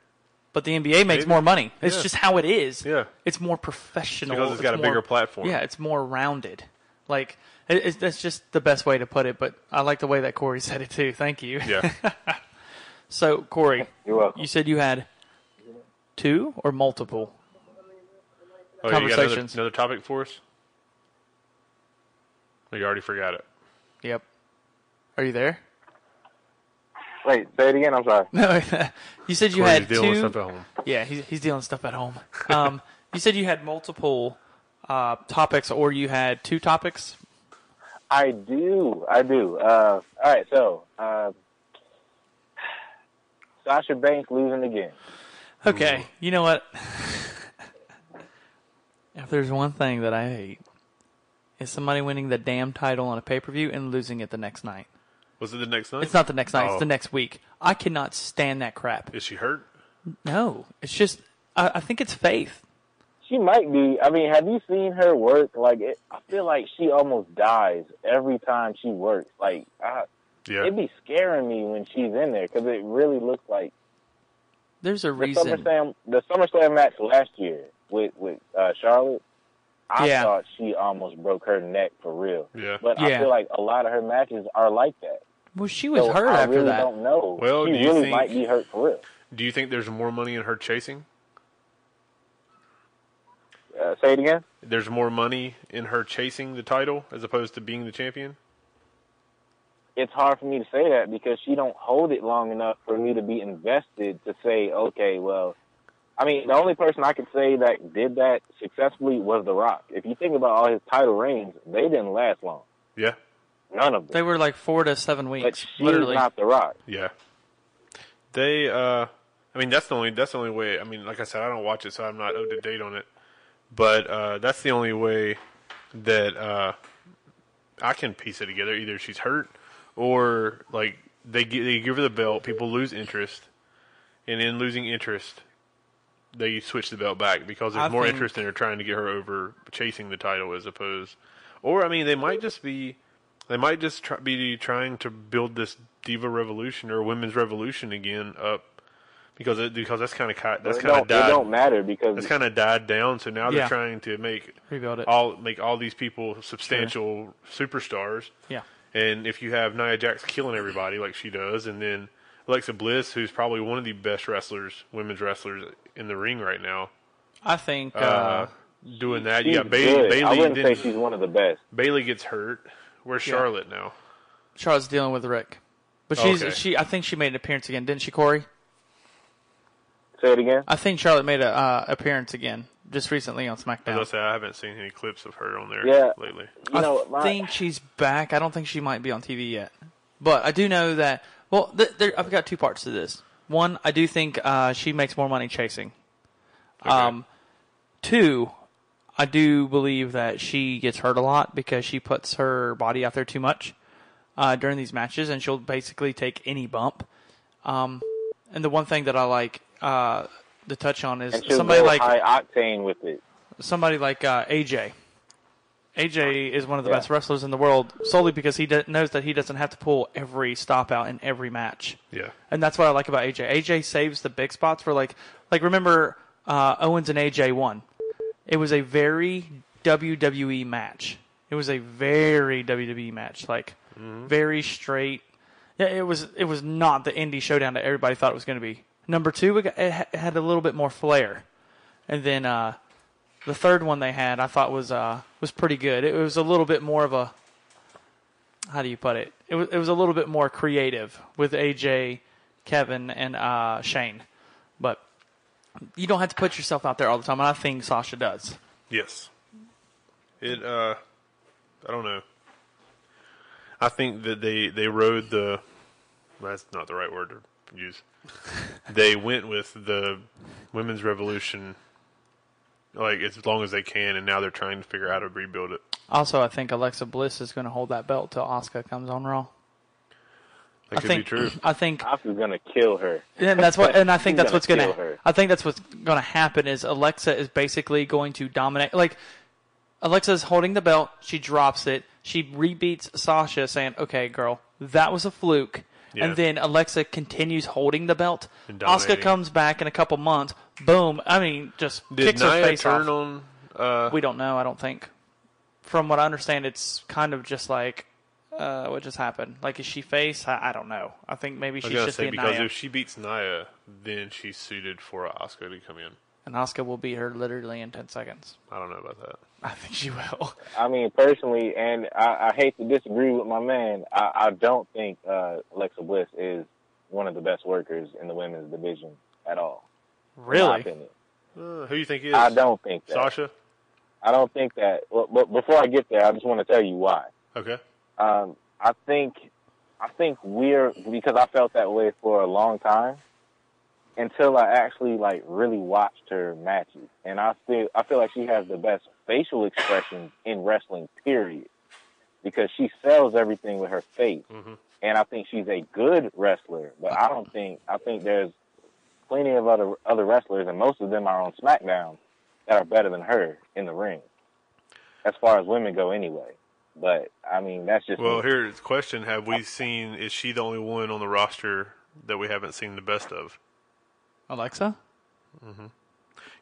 But the NBA makes
Maybe.
more money. It's
Yeah.
just how it is.
Yeah.
It's more professional.
Because it's got a
more-
bigger platform.
Yeah, it's more rounded. Like it, it's, that's just the best way to put it. But I like the way that Corey [LAUGHS] said it too. Thank you.
[LAUGHS] Yeah. Oh,
[LAUGHS] So Corey,
[LAUGHS] You're welcome.
you said you had two or multiple.
Oh, yeah, you got another,
Conversations.
another topic for us? Oh, you already forgot it.
Yep. Are you there?
Wait, say it again. I'm sorry.
[LAUGHS] No. Oh, you said you
Corey's
had
dealing with
two.
stuff at home.
Yeah, he's, he's dealing stuff at home. Um, you said you had multiple uh, topics, or you had two topics.
I do. I do. Uh, all right. So, uh, Sasha Banks losing again.
Okay, you know what? [LAUGHS] if there's one thing that I hate, is somebody winning the damn title on a pay per view and losing it the next night.
Was it the next night?
It's not the next night;
Oh.
it's the next week. I cannot stand that crap.
Is she hurt?
No, it's just I, I think it's faith.
She might be. I mean, have you seen her work? Like, it, I feel like she almost dies every time she works. Like, I,
Yeah.
it'd be scaring me when she's in there because it really looks like
There's a
the
reason.
SummerSlam. The SummerSlam match last year with with uh, Charlotte. I
Yeah.
thought she almost broke her neck for real.
Yeah.
But
Yeah.
I feel like a lot of her matches are like that.
Well, she was
So
hurt
I
after
really
that.
don't know.
Well,
she
do you
really
think-
might be hurt for real.
Do you think there's more money in her chasing?
Uh, say it again.
There's more money in her chasing the title as opposed to being the champion?
It's hard for me to say that because she don't hold it long enough for me to be invested to say, okay, well, I mean, the only person I could say that did that successfully was The Rock. If you think about all his title reigns, they didn't last long.
Yeah.
None of them.
They were like four to seven
but
weeks,
she's
literally.
not The Rock.
Yeah. They uh I mean that's the only that's the only way I mean, like I said, I don't watch it so I'm not up to date on it. But uh that's the only way that uh I can piece it together. Either she's hurt or like they gi- they give her the belt, people lose interest, and in losing interest they switch the belt back because there's
I
more
think-
interest in her trying to get her over chasing the title as opposed or I mean they might just be they might just try, be trying to build this diva revolution or women's revolution again up because it, because that's kind of that's
it,
kind
don't,
of
it
died
don't matter because
that's kind of died down. So now
Yeah.
they're trying to make
Rebuild it.
all make all these people substantial superstars.
yeah.
And if you have Nia Jax killing everybody like she does, and then Alexa Bliss, who's probably one of the best wrestlers, women's wrestlers in the ring right now,
I think. Uh,
uh, doing that.
she's
You got Bailey.
good. I
Bailey,
wouldn't
then,
say she's one of the best.
Bailey gets hurt. Where's
Yeah.
Charlotte now?
Charlotte's dealing with Rick, but she's
Okay.
she. I think she made an appearance again, didn't she, Corey?
Say it again.
I think Charlotte made a uh, appearance again just recently on
As I
SmackDown.
say, I haven't seen any clips of her on there
Yeah.
lately.
You know,
I
my,
think she's back. I don't think she might be on TV yet, but I do know that. Well, th- there, I've got two parts to this. One, I do think uh, she makes more money chasing. Um, two, I do believe that she gets hurt a lot because she puts her body out there too much uh, during these matches, and she'll basically take any bump. Um, and the one thing that I like uh, to touch on is
and she'll
somebody
go
like
high octane with it.
somebody like uh, AJ. AJ is one of the
Yeah.
best wrestlers in the world solely because he d- knows that he doesn't have to pull every stop out in every match.
Yeah.
And that's what I like about AJ. AJ saves the big spots for like like remember uh, Owens and AJ won. It was a very WWE match. It was a very WWE match, like very straight. Yeah, it was it was not the indie showdown that everybody thought it was going to be. Number two, it, got, it ha- had a little bit more flair, and then uh, the third one they had I thought was uh, was pretty good. It was a little bit more of a how do you put it? It was it was a little bit more creative with AJ, Kevin, and uh, Shane, but you don't have to put yourself out there all the time. And I think Sasha does.
Yes. It uh I don't know. I think that they they rode the that's not the right word to use.
[LAUGHS]
they went with the women's revolution like as long as they can and now they're trying to figure out how to rebuild it.
Also, I think Alexa Bliss is going to hold that belt till Oscar comes on Raw.
That
I
could
think
be true.
I think
Ops is gonna kill her.
and that's what and I think
He's
that's
gonna
what's gonna
kill her.
I think that's what's gonna happen is Alexa is basically going to dominate like Alexa's holding the belt, she drops it, she rebeats Sasha saying, Okay, girl, that was a fluke.
Yeah.
And then Alexa continues holding the belt.
And
Oscar
dominating.
comes back in a couple months. Boom! I mean, just
Did
kicks her
Nia
face off.
turn on? Uh,
We don't know. I don't think. From what I understand, it's kind of just like uh, what just happened. Like, is she face? I, I don't know. I think maybe
I
she's
gotta
just
say
being
because
Nia,
if she beats Nia, then she's suited for Oscar to come in.
and Oscar will beat her literally in ten seconds.
I don't know about that.
I think she will.
I mean, personally, and I, I hate to disagree with my man. I, I don't think uh, Alexa Bliss is one of the best workers in the women's division at all. in my
Really?
opinion.
Uh, who you think is?
I don't think that.
Sasha.
I don't think that. Well, but before I get there, I just want to tell you why.
Okay.
Um, I think, I think we're because I felt that way for a long time until I actually like really watched her matches, and I feel I feel like she has the best facial expressions in wrestling. Period, because she sells everything with her face, and I think she's a good wrestler. But I don't think I think there's plenty of other other wrestlers, and most of them are on SmackDown that are better than her in the ring, as far as women go, anyway. But I mean, that's just
Well,
me.
here's the question: Have we seen? Is she the only one on the roster that we haven't seen the best of?
Alexa?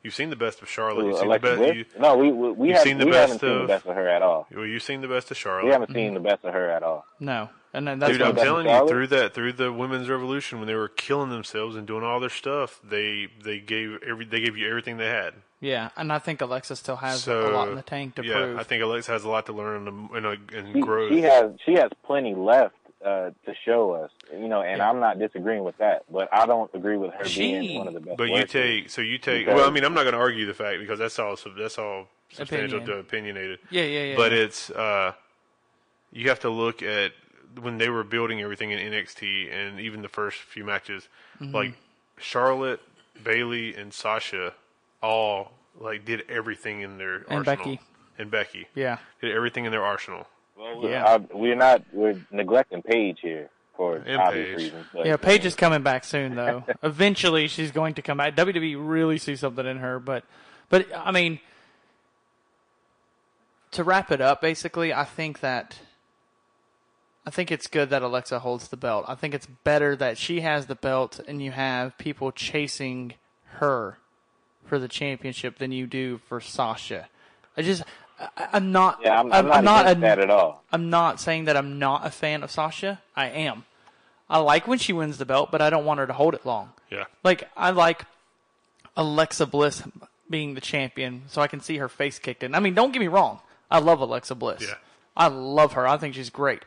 You've seen the best of Charlotte.
Ooh,
You've seen
Alexa
the best.
Bliss?
You,
no, we we, we,
you've
have,
seen the
we
best
haven't seen the
of-
best of her at all.
well, you've seen the best of
We
Charlotte.
haven't seen the best of her at all.
No. And then that's
Dude,
what
I'm
best of
telling you,
Charlotte?
through that, through the women's revolution, when they were killing themselves and doing all their stuff, they they gave every they gave you everything they had.
yeah, and I think Alexa still has
so
a lot in the tank to
yeah,
prove.
I think Alexa has a lot to learn and and, uh,
She,
and grow.
she has she has plenty left uh, to show us, you know. And I'm not disagreeing with that, but I don't agree with her
She-
being one of the best.
But you
workers.
take so you take.
Because-
Well, I mean, I'm not going to argue the fact because that's all sub- that's all substantial to
Opinion.
opinionated.
Yeah, yeah, yeah,
But
yeah.
it's uh, you have to look at when they were building everything in NXT and even the first few matches,
Mm-hmm.
like Charlotte, Bailey, and Sasha, all like did everything in their
And
arsenal.
Becky.
and Becky
yeah.
did everything in their arsenal.
Well,
Yeah.
uh, we're not we're neglecting Paige here for
And
obvious
Paige.
reasons. But,
Yeah, Paige is coming back soon,
[LAUGHS]
though. Eventually, she's going to come back. WWE really sees something in her, but, but I mean, to wrap it up, basically, I think that, I think it's good that Alexa holds the belt. I think it's better that she has the belt and you have people chasing her for the championship than you do for Sasha. I just, I, I'm not,
Yeah, I'm, I'm, not, against
a-
that at all.
I'm not saying that I'm not a fan of Sasha. I am. I like when she wins the belt, but I don't want her to hold it long.
Yeah,
Like I like Alexa Bliss being the champion, so I can see her face kicked in. I mean, don't get me wrong. I love Alexa Bliss.
Yeah.
I love her. I think she's great.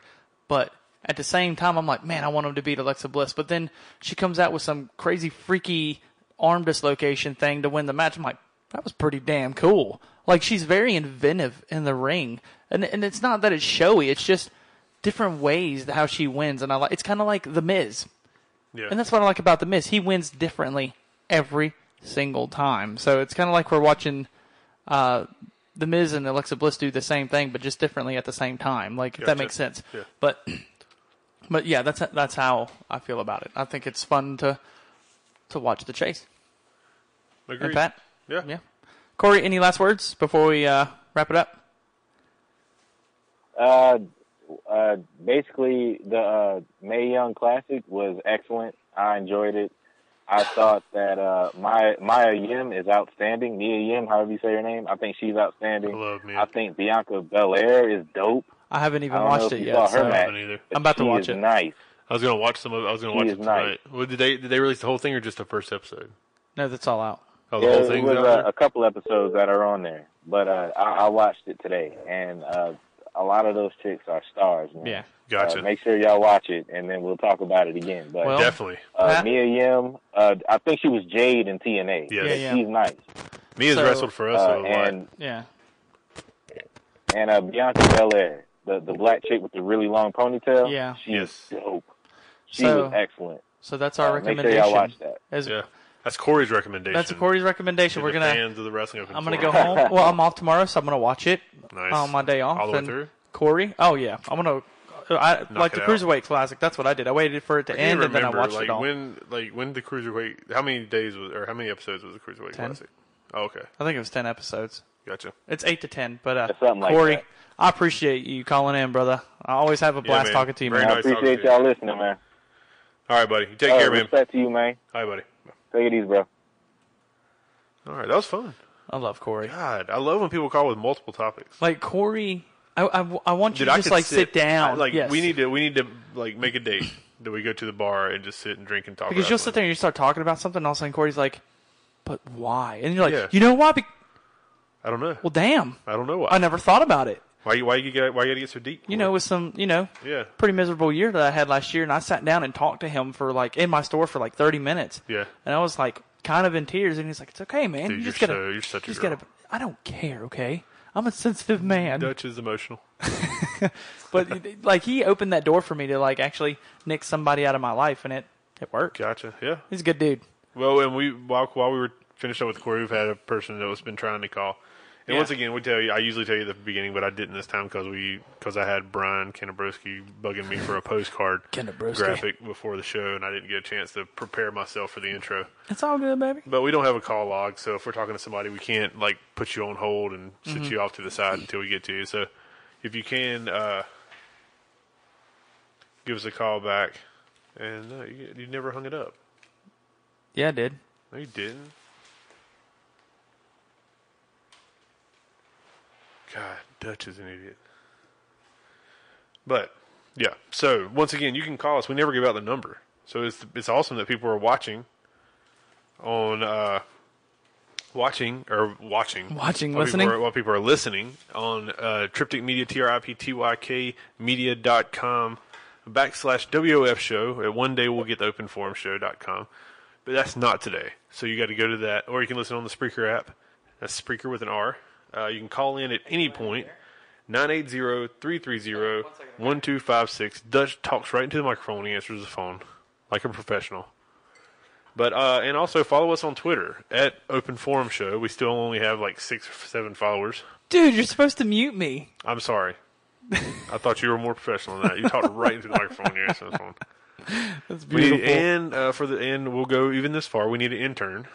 But at the same time, I'm like, man, I want him to beat Alexa Bliss. But then she comes out with some crazy, freaky arm dislocation thing to win the match. I'm like, that was pretty damn cool. Like she's very inventive in the ring, and and it's not that it's showy. It's just different ways how she wins, and I like. It's kind of like the Miz.
yeah.
And that's what I like about The Miz. He wins differently every single time. So it's kind of like we're watching uh, The Miz and Alexa Bliss do the same thing, but just differently at the same time. Like, if that
Gotcha.
makes sense.
Yeah.
But, [CLEARS THROAT] but yeah, that's that's how I feel about it. I think it's fun to to watch the chase.
Agreed.
And Pat,
Yeah.
yeah, Corey, any last words before we uh, wrap it up?
Uh, uh, basically, the uh, May Young Classic was excellent. I enjoyed it. I thought that uh, Maya, Maya Yim is outstanding. Mia Yim, however you say her name, I think she's outstanding.
I love Mia.
I think Bianca Belair is dope.
I haven't even
I don't know
watched it
if you
yet.
saw her
so-
match.
Haven't either.
but
I'm about to
she
watch
is
it.
Nice.
I was gonna watch some. of I was gonna
She
watch
is
it tonight. Well, did they did they release the whole thing or just the first episode?
No, that's all out.
Oh, the
Yeah,
whole
it
thing's
was
out
uh,
there?
a couple episodes that are on there, but uh, I, I watched it today, and uh, a lot of those chicks are stars. Man.
Yeah.
Gotcha.
Uh, make sure y'all watch it, and then we'll talk about it again. But
Well,
Definitely.
uh,
Pat?
Mia Yim, uh, I think she was Jade in TNA.
Yes.
But
Yeah,
yeah.
she's nice.
Mia's
so-
wrestled for us a
Uh,
lot.
and
Yeah.
and uh, Bianca Belair, the the black chick with the really long ponytail.
Yeah.
she's
Yes.
dope. She
So,
was excellent.
So that's our
Uh, make sure
recommendation.
y'all watch that.
As-
yeah, that's Corey's recommendation.
That's Corey's
To
recommendation. We're
the
gonna
fans of the wrestling. Open
I'm gonna go
[LAUGHS] Forum.
[LAUGHS]
home. Well, I'm off tomorrow, so I'm gonna watch it
Nice.
on my day off.
All the way
and
through?
Corey, oh yeah, I'm gonna I, like
it
the
out.
cruiserweight classic. That's what I did. I waited for it to
can't
end, and then I
remember,
watched
like
it all.
when like when the cruiserweight how many days was or how many episodes was the cruiserweight
Ten.
classic? Oh, okay,
I think it was ten episodes.
gotcha.
It's eight to ten, but uh,
It's something like
Corey,
that.
I appreciate you calling in, brother. I always have a blast
man.
talking to you,
Very
man.
I
nice talking
appreciate
to you.
y'all listening, man.
All right, buddy. You Take
All
care,
right,
man.
Uh, respect to you, man.
Hi, buddy.
Take it easy, bro.
All right, that was fun.
I love Corey.
God, I love when people call with multiple topics.
Like Corey, I, I, I want you
Dude,
to
I
just
could
like sit, down.
I- like
Yes.
we need to we need to like make a date [COUGHS] that we go to the bar and just sit and drink and talk.
because you'll
wrestling.
sit there and you start talking about something, and all of a sudden Corey's like, "But why?" And you're like,
Yeah. Uh,
"You know why? Be-
I don't know.
well, damn,
I don't know why.
I never thought about it."
Why you why you get why you gotta get so deep?
You know, with some, you know,
Yeah.
pretty miserable year that I had last year, and I sat down and talked to him for like in my store for like thirty minutes.
Yeah.
and I was like kind of in tears, and he's like, "It's okay, man.
Dude,
you just
you're
gotta,
so- you're such a
you just
girl.
gotta. I don't care, okay." I'm a sensitive man,
Dutch is emotional.
but like he opened that door for me to like actually nick somebody out of my life, and it it worked.
Gotcha. Yeah.
He's a good dude.
Well, and we while while we were finished up with Corey, we've had a person that was been trying to call. And
Yeah.
once again, we tell you. I usually tell you at the beginning, but I didn't this time because we because I had Brian Kanabrowski bugging me for a postcard
Kanabrowski.
graphic before the show, and I didn't get a chance to prepare myself for the intro.
It's all good, baby.
But we don't have a call log, so if we're talking to somebody, we can't like put you on hold and sit you off to the side until we get to you. So if you can, uh, give us a call back. And uh, you, you never hung it up.
Yeah, I did.
No, you didn't. God, Dutch is an idiot. But yeah, so once again, you can call us. We never give out the number, so it's it's awesome that people are watching on uh, watching or watching
Watching,
while
listening.
People are, while people are listening on uh, Triptych Media, T R I P T Y K Media dot com backslash WOF show. And one day we'll get the open forum show dot com. But that's not today. So you got to go to that, or you can listen on the Spreaker app. That's Spreaker with an R. Uh, you can call in at any point. 980-330-1256. Dutch talks right into the microphone when he answers the phone, like a professional. But uh, and also follow us on Twitter at Open Forum Show. We still only have like six or seven followers.
Dude, you're supposed to mute me.
I'm sorry. I thought you were more professional than that. You talked right into the microphone here. So it's on.
That's
We need,
beautiful.
and uh, for the end, we'll go even this far. We need an intern.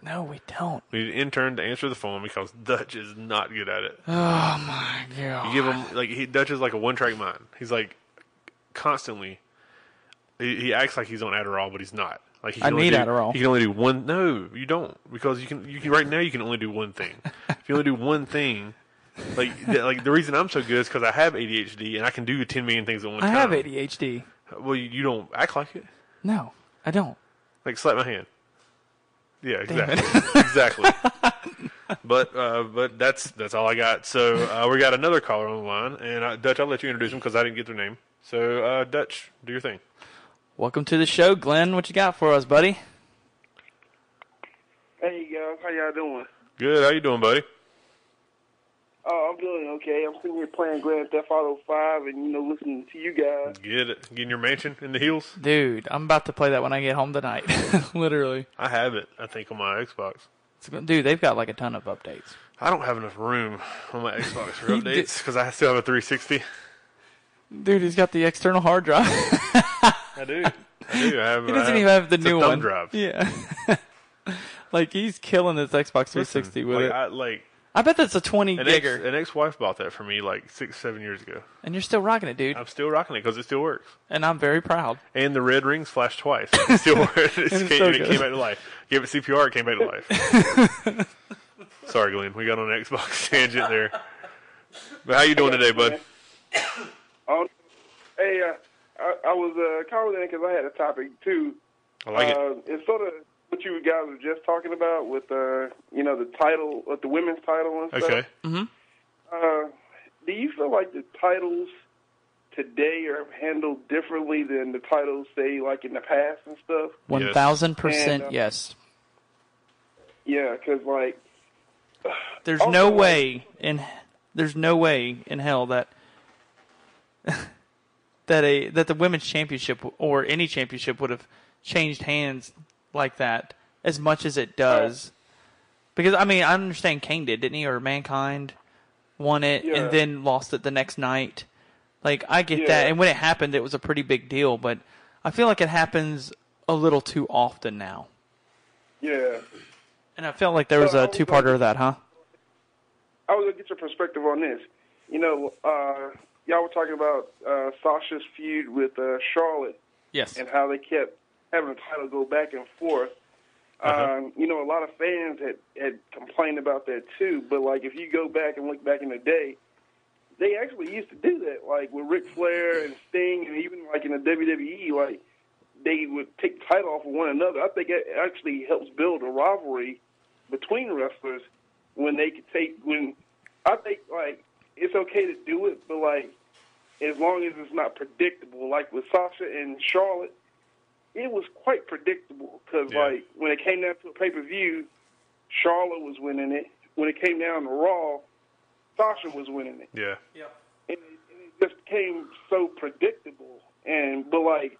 no, we don't.
We need an intern to answer the phone because Dutch is not good at it.
Oh my god.
You give him like he Dutch is like a one track mind. He's like constantly. He, he acts like he's on Adderall, but he's not. Like he
I
can only
need
do,
Adderall.
He can only do one. No, you don't because you can. You can right now. You can only do one thing. if you only do one thing, like th- like the reason I'm so good is because I have ADHD and I can do 10 million things at one
I
time.
have ADHD.
Well, you, you don't act like it.
No, I don't.
Like slap my hand. Yeah,
Damn
exactly. exactly. [LAUGHS] But uh, but that's that's all I got. So uh, we got another caller on the line, and uh, Dutch, I'll let you introduce him because I didn't get their name. So uh, Dutch, do your thing.
Welcome to the show, Glenn. What you got for us, buddy?
Hey guys, how y'all doing?
Good. How you doing, buddy?
Oh, I'm doing okay. I'm sitting here playing Grand Theft Auto Five, and you know, listening to you guys.
Get it. Get in your mansion in the hills.
Dude, I'm about to play that when I get home [LAUGHS] tonight. Literally.
I have it. I think on my Xbox.
It's gonna- Dude, they've got like a ton of updates.
I don't have enough room on my Xbox for
[LAUGHS] You did-
updates because I still have a 360.
Dude, he's got the external hard drive. [LAUGHS]
I do. I do. I have,
he
I
doesn't even have the
it's
new
a thumb
one.
drive.
Yeah. [LAUGHS] like he's killing this Xbox 360 with
like,
it. I,
I, like
bet that's a 20
an ex,
gigger,
an ex-wife bought that for me like six, seven years ago.
and you're still rocking it, dude.
I'm still rocking it because it still works.
And I'm very proud.
And the red rings flashed twice. It [LAUGHS] still worked. It,
It's
came,
so
it
good.
came back to life. Gave it CPR. It came back to
[LAUGHS]
life. Sorry, Glenn. We got on an Xbox [LAUGHS] tangent there. But how you doing today, bud?
Um, hey, uh, I, I was uh, calling in because I had a topic too.
I like it.
uh, It's sort of what you guys were just talking about with uh, you know the title, with the women's title and stuff.
Okay.
Uh, do you feel like the titles today are handled differently than the titles say like in the past and stuff?
1000%
And, uh,
yes.
Yeah, because like
There's
Also,
no
like-
way in there's no way in hell that [LAUGHS] that a that the women's championship or any championship would have changed hands like that as much as it does. Because I mean, I understand Kane did, didn't he, or Mankind won it
Yeah.
and then lost it the next night. Like I get
Yeah.
that, and when it happened, it was a pretty big deal. But I feel like it happens a little too often now.
Yeah.
And I felt like there was a two-parter of that, huh?
I was gonna get your perspective on this. You know, uh, y'all were talking about uh, Sasha's feud with uh, Charlotte
Yes.
and how they kept having the title go back and forth. Um, you know, a lot of fans had, had complained about that too. But like, if you go back and look back in the day, they actually used to do that. Like with Ric Flair and Sting, and even like in the WWE, like they would take the title off of one another. I think it actually helps build a rivalry between wrestlers when they could take when. I think like it's okay to do it, but like as long as it's not predictable. Like with Sasha and Charlotte, it was quite predictable because,
Yeah.
like, when it came down to a pay per view, Charlotte was winning it. When it came down to Raw, Sasha was winning it.
Yeah.
And it, and it just became so predictable. And but like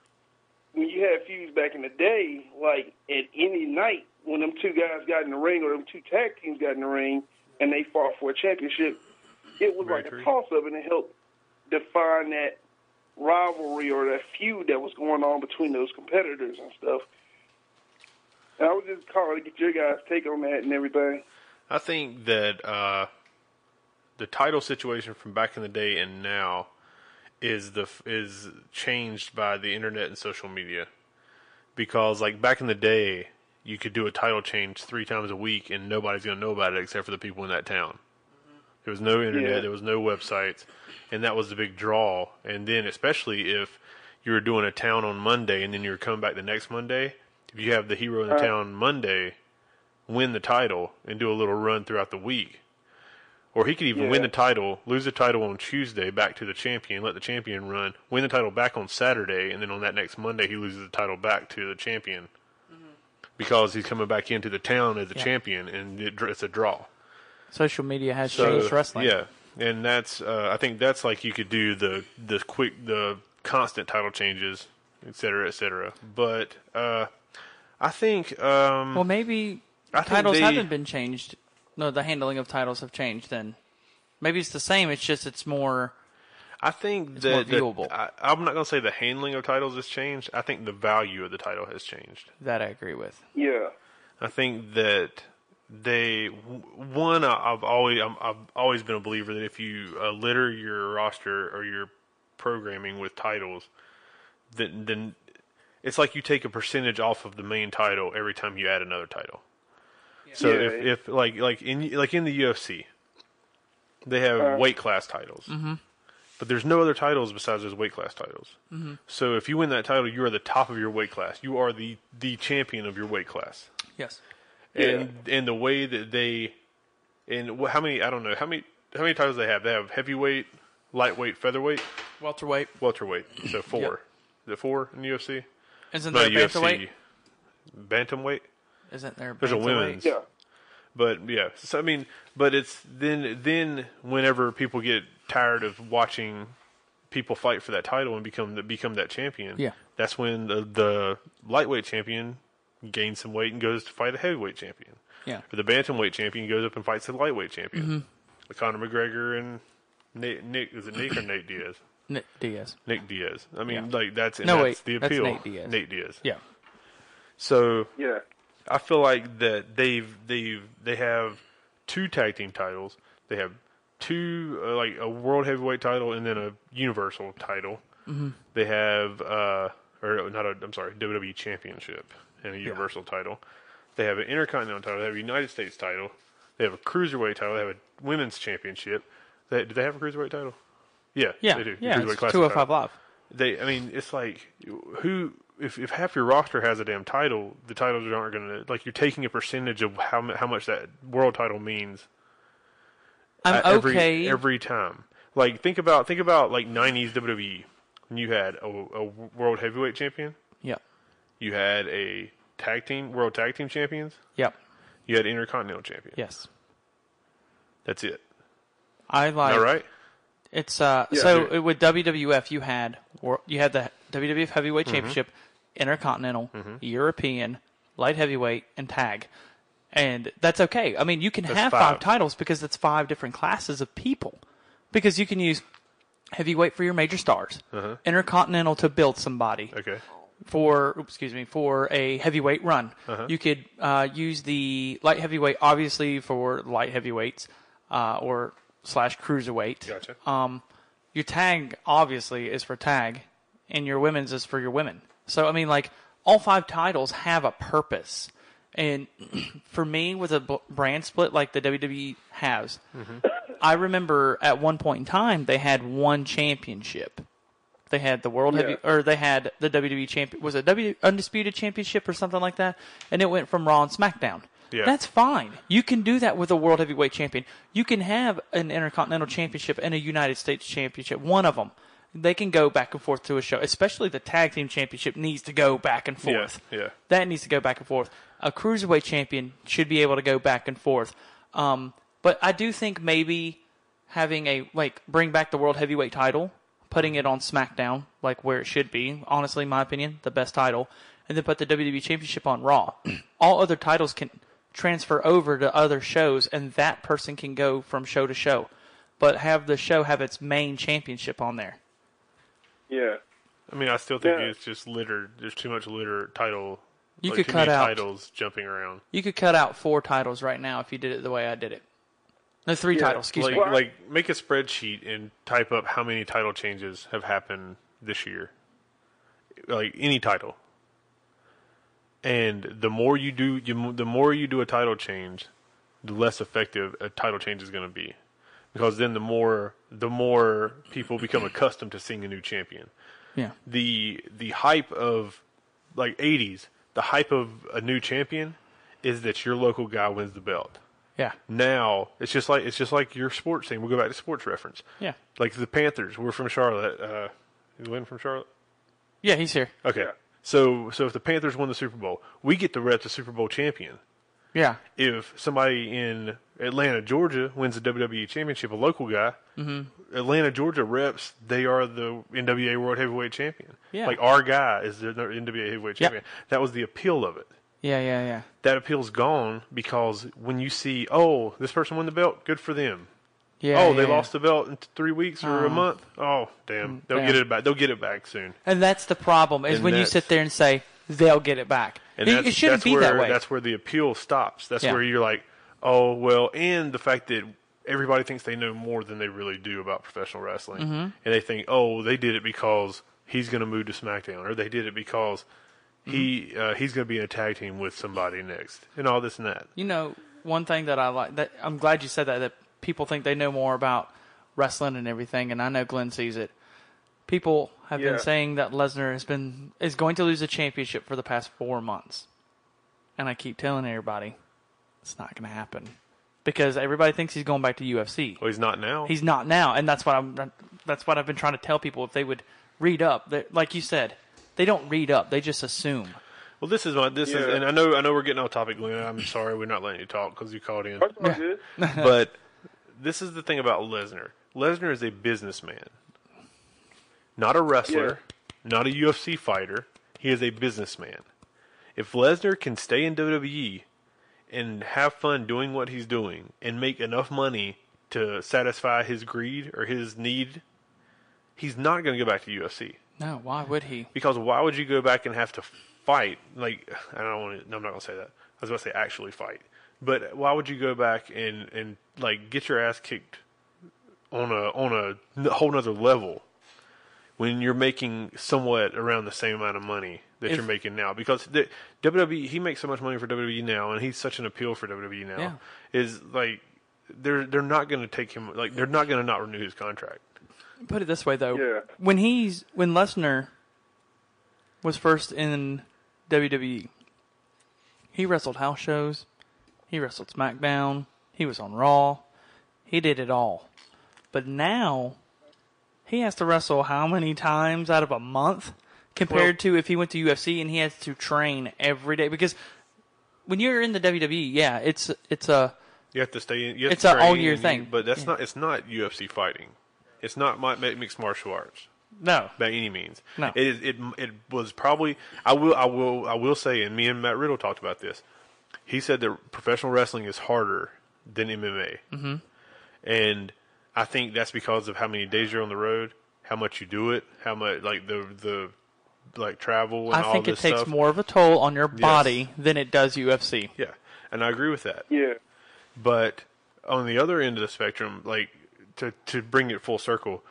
when you had feuds back in the day, like at any night when them two guys got in the ring or them two tag teams got in the ring and they fought for a championship, it was
Very
like
true.
a toss up and it helped define that rivalry or that feud that was going on between those competitors and stuff. And I was just calling to get your guys' take on that and everything.
I think that uh, the title situation from back in the day and now is the is changed by the internet and social media because like back in the day you could do a title change three times a week and nobody's going to know about it except for the people in that town there was no internet
Yeah.
there was no websites and that was the big draw and then especially if you were doing a town on monday and then you were coming back the next monday if you have the hero in the town monday win the title and do a little run throughout the week. Or he could even win
Yeah.
the title, lose the title on Tuesday back to the champion, let the champion run, win the title back on Saturday, and then on that next Monday he loses the title back to the champion because he's coming back into the town as the
Mm-hmm. Yeah.
champion and it, dr- it's a draw.
Social media has
So,
changed wrestling.
Yeah, and that's uh, I think that's like you could do the the quick the constant title changes, et cetera, et cetera. But uh, I think um,
Well, maybe
I think
titles
they-
haven't been changed. No, the handling of titles have changed. Then maybe it's the same. It's just it's more.
I think
more
that the-
viewable.
I, I'm not going to say the handling of titles has changed. I think the value of the title has changed.
That I agree with.
Yeah.
I think that they w- one I- I've always I'm, I've always been a believer that if you uh, litter your roster or your programming with titles, then then it's like you take a percentage off of the main title every time you add another title. So
Yeah.
if, if like like in like in the UFC, they have weight class titles, mm-hmm. but there's no other titles besides those weight class titles. Mm-hmm. So if you win that title, you are the top of your weight class. You are the the champion of your weight class
Yes.
and and the way that they and wh- how many I don't know how many how many titles they have they have heavyweight lightweight featherweight
Welterweight.
welterweight so four is it four in the UFC
Isn't
not
there
UFC
bantamweight?
bantamweight
Isn't there?
there's a
bantamweight?
women's
Yeah.
but yeah so I mean but it's then then whenever people get tired of watching people fight for that title and become the, become that champion
Yeah.
that's when the, the lightweight champion gains some weight and goes to fight a heavyweight champion
Yeah. Mm-hmm.
for the bantamweight champion goes up and fights the lightweight champion, Conor McGregor and Nick, Nick is it Nick or Nate Diaz?
Nick Diaz.
Nick Diaz. I mean,
Yeah.
like that's and
No,
that's
wait,
the
that's
appeal.
Nate Diaz. Yeah.
So
Yeah.
I feel like that they've they've they have two tag team titles. They have two uh, like a world heavyweight title and then a universal title.
Mm-hmm.
They have uh or not a I'm sorry WWE championship and a universal title. They have an intercontinental title. They have a United States title. They have a cruiserweight title. They have a women's championship. They, do they have a cruiserweight title? Yeah,
Yeah.
they do.
Yeah.
Cruiserweight
It's
classic
two hundred
title
five live.
they I mean it's like who if if half your roster has a damn title, the titles aren't going to like you're taking a percentage of how mu- how much that world title means
I'm
uh, every
okay.
every time. Like think about think about like 90s WWE E. when you had a, a world heavyweight champion,
Yep.
you had a tag team world tag team champions,
Yep.
you had intercontinental champion.
Yes.
That's it.
I like.
All right.
It's uh.
Yeah.
so with WWF, you had wor- you had the WWF Heavyweight Championship, Intercontinental, European, Light Heavyweight, and Tag, and that's okay. I mean, you can have five.
five.
titles because it's five different classes of people, because you can use heavyweight for your major stars, intercontinental to build somebody
Okay.
for oops, excuse me for a heavyweight run. You could uh, use the light heavyweight obviously for light heavyweights uh, or slash cruiserweight.
Gotcha.
Um, your tag obviously is for tag, and your women's is for your women. So I mean, like all five titles have a purpose, and [CLEARS THROAT] for me with a b- brand split like the WWE has, I remember at one point in time they had one championship. They had the world heavy, or they had the WWE champion. Was it W undisputed championship or something like that? And it went from Raw and SmackDown.
Yeah.
That's fine. You can do that with a world heavyweight champion. You can have an intercontinental championship and a United States championship. One of them, they can go back and forth to a show. Especially the tag team championship needs to go back and
Yeah,
forth.
yeah.
That needs to go back and forth. A cruiserweight champion should be able to go back and forth. Um, but I do think maybe having a like bring back the world heavyweight title, putting it on SmackDown, like where it should be. Honestly, in my opinion, the best title, and then put the WWE Championship
[CLEARS THROAT]
on Raw. All other titles can transfer over to other shows, and that person can go from show to show. But have the show have its main championship on there.
Yeah.
I mean, I still think
Yeah.
it's just littered. There's too much litter title.
You
like,
could
too
cut
many
out-
titles jumping around.
You could cut out four titles right now if you did it the way I did it. No, three titles. Excuse
like,
me.
like make a spreadsheet and type up how many title changes have happened this year, like any title. And the more you do, you, mo- the more you do a title change, the less effective a title change is going to be, because then the more the more people become accustomed to seeing a new champion
Yeah.
the the hype of like 80s the hype of a new champion is that your local guy wins the belt
Yeah.
now it's just like it's just like your sports team we'll go back to sports reference
Yeah.
like the panthers we're from charlotte uh you win from charlotte
Yeah, he's here.
okay so so if the panthers won the super bowl we get to rep the super bowl champion
Yeah.
if somebody in Atlanta, Georgia wins the WWE championship, a local guy,
Mm-hmm.
Atlanta, Georgia reps, they are the NWA World Heavyweight Champion.
Yeah.
Like our guy is the NWA Heavyweight
Yep.
Champion. That was the appeal of it.
Yeah, yeah, yeah.
That appeal's gone because when you see, oh, this person won the belt, good for them.
Yeah.
oh, they
yeah, yeah.
lost the belt in t- three weeks or a month. Oh, damn, they'll
damn.
get it back. They'll get it back soon.
And that's the problem is
And
when you
that's-
sit there and say they'll get it back.
And
it,
that's,
it shouldn't
that's
be
where,
that way.
That's where the appeal stops. That's
Yeah.
where you're like, oh well, and the fact that everybody thinks they know more than they really do about professional wrestling,
Mm-hmm.
and they think, oh, they did it because he's going to move to SmackDown, or they did it because
Mm-hmm.
he uh, he's going to be in a tag team with somebody next, and all this and that.
You know, one thing that I like that I'm glad you said that that people think they know more about wrestling and everything, and I know Glenn sees it. People have
Yeah.
been saying that Lesnar has been is going to lose a championship for the past four months, and I keep telling everybody it's not going to happen because everybody thinks he's going back to UFC.
Well, he's not now.
He's not now, and that's what I'm. That's what I've been trying to tell people. If they would read up, They- like you said, they don't read up; they just assume.
well, this is my this is,
Yeah.
and I know I know we're getting off topic, Glenn. I'm sorry we're not letting you talk because you called in.
That's all
Yeah.
good. [LAUGHS]
but this is the thing about Lesnar. Lesnar is a businessman, not a wrestler, not a UFC fighter. He is a businessman. If Lesnar can stay in WWE and have fun doing what he's doing and make enough money to satisfy his greed or his need, he's not going to go back to UFC
No, why would he?
because why would you go back and have to fight? Like I don't want to. No, I'm not gonna say that. I was about to say actually fight, but why would you go back and and like get your ass kicked on a on a n- whole nother level when you're making somewhat around the same amount of money that
If-
you're making now? Because the, WWE he makes so much money for WWE now, and he's such an appeal for WWE now.
Yeah.
Is like they're they're not gonna take him like they're not gonna not renew his contract.
Put it this way, though.
Yeah.
When he's when Lesnar was first in WWE, he wrestled house shows, he wrestled SmackDown, he was on Raw, he did it all. But now he has to wrestle how many times out of a month compared to if he went to UFC and he has to train every day because when you're in the WWE, yeah, it's it's a
You have to stay in. You have
It's
to
a
train
all-year
and you-
thing.
but that's
Yeah.
not. It's not UFC fighting. It's not my, mi- mixed martial arts
no.
by any means.
No.
It is. It it was probably. I will. I will. I will say. And me and Matt Riddle talked about this. He said that professional wrestling is harder than MMA. Mm-hmm. And I think that's because of how many days you're on the road how much you do it, how much like the the like travel and
I
all
think it
this
takes
stuff.
more of a toll on your body than it does UFC.
Yeah, and I agree with that.
Yeah.
But on the other end of the spectrum, like to to bring it full circle,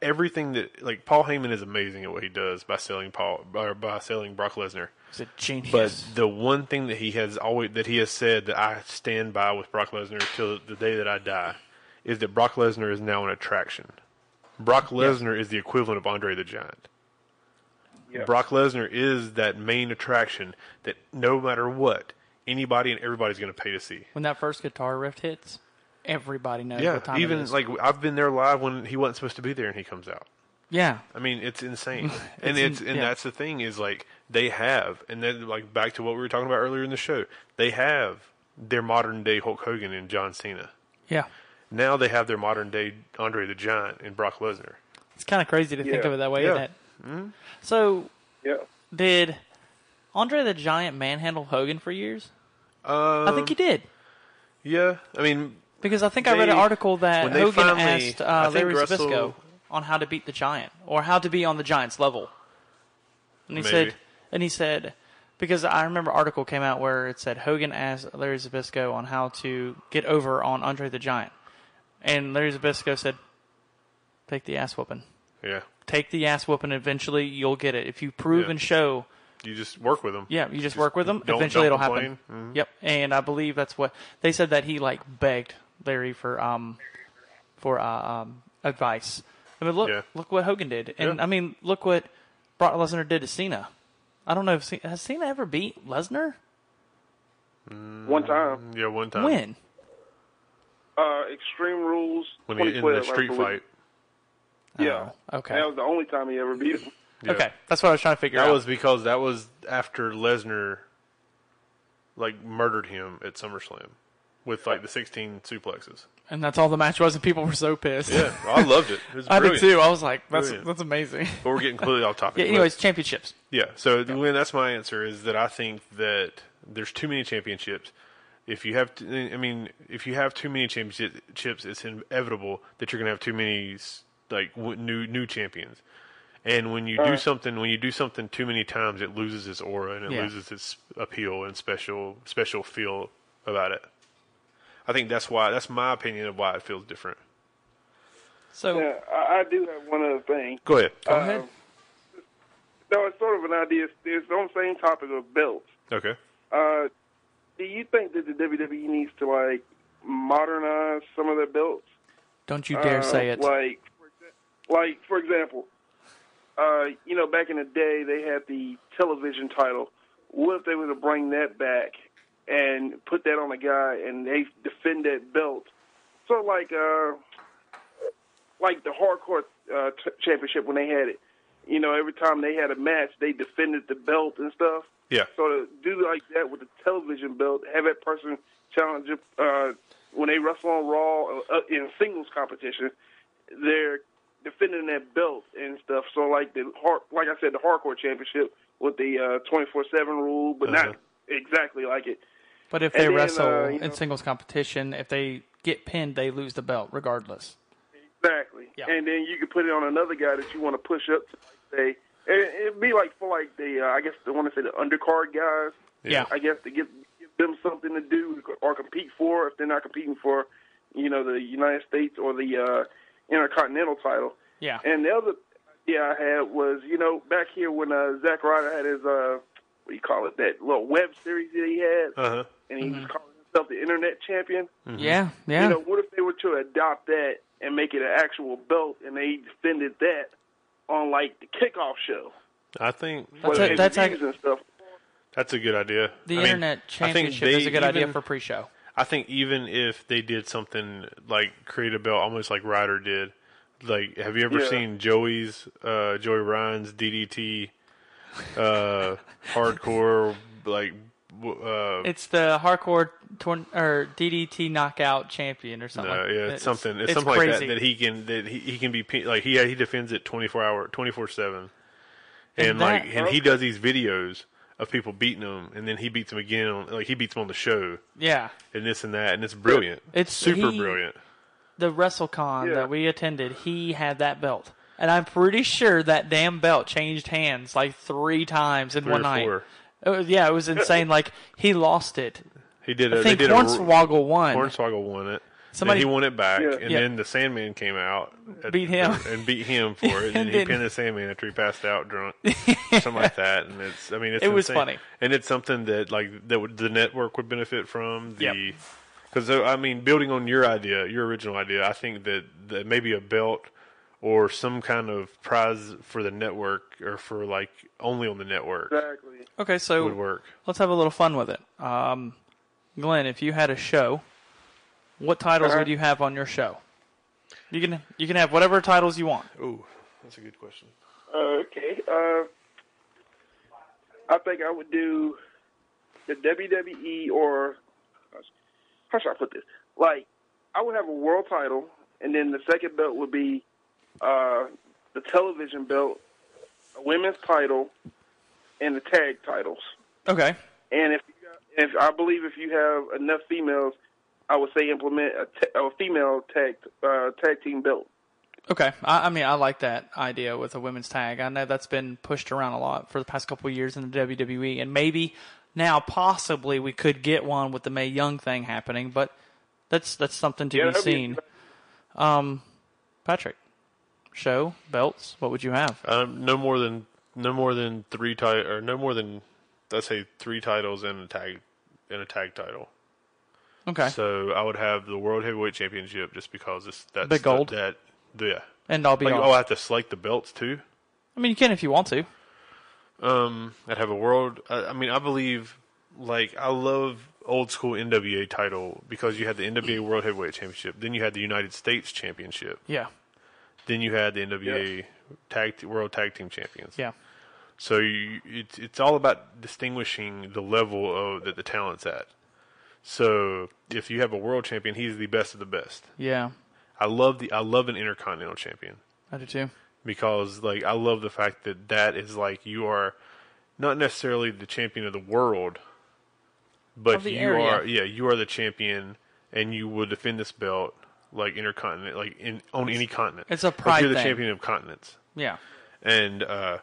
everything that like Paul Heyman is amazing at what he does by selling Paul or by selling Brock Lesnar.
He's a genius.
But the one thing that he has always that he has said that I stand by with Brock Lesnar till the day that I die is that Brock Lesnar is now an attraction. Brock Lesnar is the equivalent of Andre the Giant.
Yeah.
Brock Lesnar is that main attraction that no matter what, anybody and everybody's going to pay to see.
when that first guitar riff hits, everybody knows
Yeah,
what time it
even
is.
like I've been there live when he wasn't supposed to be there and he comes out.
yeah,
I mean, it's
[LAUGHS]
insane, and
in-
it's and
yeah.
that's the thing is like they have, and then like back to what we were talking about earlier in the show, they have their modern day Hulk Hogan and John Cena.
yeah.
Now they have their modern day Andre the Giant and Brock Lesnar.
It's kind of crazy to think
Yeah.
of it that way, isn't
Yeah. Mm-hmm.
it? So
Yeah.
did Andre the Giant manhandle Hogan for years?
Um,
I think he did
yeah, I mean,
because I think I read
they-
an article that
when they
Hogan
finally-
asked
I
uh,
think
Larry
Russell-
Zbysko on how to beat the Giant or how to be on the Giant's level, and he
Maybe.
said, and he said. Because I remember an article came out where it said Hogan asked Larry Zabisco on how to get over on Andre the Giant, and Larry Zabisco said, "Take the ass whooping."
yeah,
take the ass whooping. Eventually, you'll get it if you prove
Yeah.
and show.
you just work with them.
Yeah, you just, work with them.
don't-
Eventually,
don't
it'll happen.
complain.
Yep, and I believe that's what they said that he like begged Larry for um for uh, um advice. I mean, look
Yeah.
look what Hogan did, and
Yeah.
I mean look what Brock Lesnar did to Cena. I don't know if Cena, has Cena ever beat Lesnar.
One time.
yeah, one time
When?
Uh, Extreme Rules.
when he in
2012,
the street
I
fight.
believe. Yeah.
Oh, okay.
That was the only time he ever beat him.
Yeah.
Okay, that's what I was trying to figure
That
out.
was because that was after Lesnar like murdered him at SummerSlam with like the 16 suplexes.
and that's all the match was, and people were so pissed.
Yeah, I loved it. It was
[LAUGHS] I did
brilliant.
too. I was like, "That's
Brilliant.
that's amazing."
But we're getting completely off topic.
yeah.
but-
Anyways, championships.
yeah. So Lynn, that's my answer is that I think that there's too many championships. If you have, t- I mean, if you have too many championships, it's inevitable that you're going to have too many like w- new new champions. And when you do something, when you do something too many times, it loses its aura and it
Yeah.
loses its appeal and special special feel about it. I think that's why that's my opinion of why it feels different.
So
Yeah, um, I, I do have one other thing.
Go ahead.
go ahead.
No, it's sort of an idea. It's, it's on the same topic of belts.
Okay.
Uh, do you think that the WWE needs to like modernize some of their belts?
Don't you dare
Uh,
say it.
Like, for exa- like for example, uh, you know, back in the day they had the television title. What if they were to bring that back and put that on a guy and they defend that belt? So like, uh, like the hardcore uh, t- championship when they had it. You know, every time they had a match, they defended the belt and stuff.
Yeah.
So to do like that with the television belt, have that person challenge uh, when they wrestle on Raw uh, in singles competition, they're defending that belt and stuff. So like the hard, like I said, the hardcore championship with the twenty four seven rule, but
Uh-huh.
not exactly like it.
but if
and
they
then,
wrestle
uh, you
in
know-
singles competition, if they get pinned, they lose the belt regardless.
Exactly.
Yeah.
And then you could put it on another guy that you want to push up to say it, it'd be like for like the uh, I guess I want to say the undercard guys.
Yeah.
I guess to give, give them something to do or compete for if they're not competing for, you know, the United States or the uh, Intercontinental title.
Yeah.
And the other idea I had was, you know, back here when uh, Zack Ryder had his uh, what do you call it that little web series that he had,
Uh huh.
and he
Mm-hmm.
was calling himself the Internet Champion.
Mm-hmm.
Yeah, yeah.
You know, what if they were to adopt that and make it an actual belt, and they defended that on like the kickoff show?
I think
That's
Well,
it. That's
pay-per-views
ac-
and stuff.
That's a good idea.
the
I mean,
internet
I think
championship is
they
a good idea
even-
for pre-show.
I think even if they did something like create a belt, almost like Ryder did. Like, have you ever
Yeah.
seen Joey's, uh, Joey Ryan's DDT, uh, hardcore like, w- uh,
It's the hardcore torn or DDT knockout champion or something.
uh,
like-
yeah, it's, something, it's, something like that that he can that he, he can be pe- like he he defends it twenty four hour twenty four seven,
And
and like
that-
and he does these videos of people beating him, and then he beats him again, on, like he beats him on the show,
yeah,
and this and that, and it's brilliant.
It's-
super
he-
brilliant.
the WrestleCon
Yeah.
that we attended, he had that belt and I'm pretty sure that damn belt changed hands like three times in
Three
one
or
night.
four.
It was, yeah, it was insane. Like he lost it.
He did. A,
I
they
think
did a
Hornswoggle won.
Hornswoggle won it. Somebody
Somebody-
then he won it back,
Yeah.
and
Yeah.
then the Sandman came out, at-
Beat him.
[LAUGHS] and beat him for it, and,
[LAUGHS] And
he
then-
pinned the Sandman after he passed out
[LAUGHS]
drunk, something like that. And it's, I mean, it's
It was
insane.
funny.
and it's something that like that would, the network would benefit from the,
Yep.
because I mean, building on your idea, your original idea, I think that, that maybe a belt or some kind of prize for the network or for like only on the network
Exactly.
Okay,
would
so
work.
let's have a little fun with it. Um, Glenn, if you had a show, what titles
Uh-huh.
would you have on your show? You can you can have whatever titles you want.
Ooh, that's a good question.
Uh, okay. Uh, I think I would do the WWE or how should I put this? Like, I would have a world title, and then the second belt would be uh, the television belt, a women's title, and the tag titles.
Okay.
And if you got, if I believe if you have enough females, I would say implement a, ta- a female tag uh, tag team belt.
Okay, I, I mean, I like that idea with a women's tag. I know that's been pushed around a lot for the past couple of years in the WWE, and maybe now, possibly, we could get one with the May Young thing happening. But that's that's something to
Yeah,
be
that'd be-
seen. um, Patrick, show belts. What would you have?
Uh,
Um, no more than no more than three ti- or no more than let's say three titles and a tag and a tag title.
Okay,
So I would have the world heavyweight championship just because it's that's
Big
the-
gold?
that yeah.
and I'll be.
Like,
all.
oh, I have to select the belts too.
I mean, you can if you want to.
Um, I'd have a world. I, I mean, I believe like I love old school NWA title because you had the NWA
[CLEARS THROAT]
World Heavyweight Championship, then you had the United States Championship,
Yeah,
then you had the NWA Tag World Tag Team Champions.
yeah.
So you, it's it's all about distinguishing the level of that the talent's at. So if you have a world champion, he's the best of the best.
Yeah,
I love the I love an intercontinental champion
I do too.
because like I love the fact that that is like you are not necessarily the champion of the world, but
Of the
you
area.
are yeah you are the champion and you will defend this belt like intercontinent like in on any continent.
it's a
Like,
pride
you're the
thing.
champion of continents
Yeah,
and uh,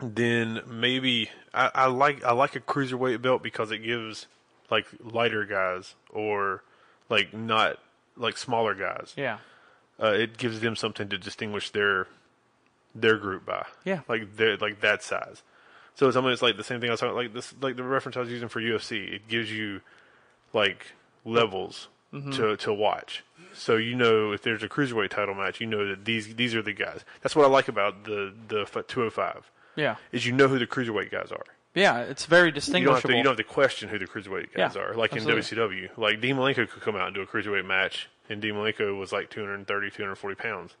then maybe I, I like I like a cruiserweight belt because it gives like lighter guys or like not like smaller guys.
yeah,
Uh, it gives them something to distinguish their their group by.
Yeah.
like their like that size. So it's almost like the same thing I was talking like this like the reference I was using for UFC. It gives you like levels
Mm-hmm.
to to watch. So you know if there's a cruiserweight title match, you know that these these are the guys. That's what I like about the the f- 205
yeah,
is you know who the cruiserweight guys are.
yeah. It's very
You don't have
distinguishable.
to you don't have to question who the cruiserweight guys
Yeah,
are. Like
absolutely.
in WCW, like Dean Malenko could come out and do a cruiserweight match, and Dean Malenko was like 230, 240 pounds.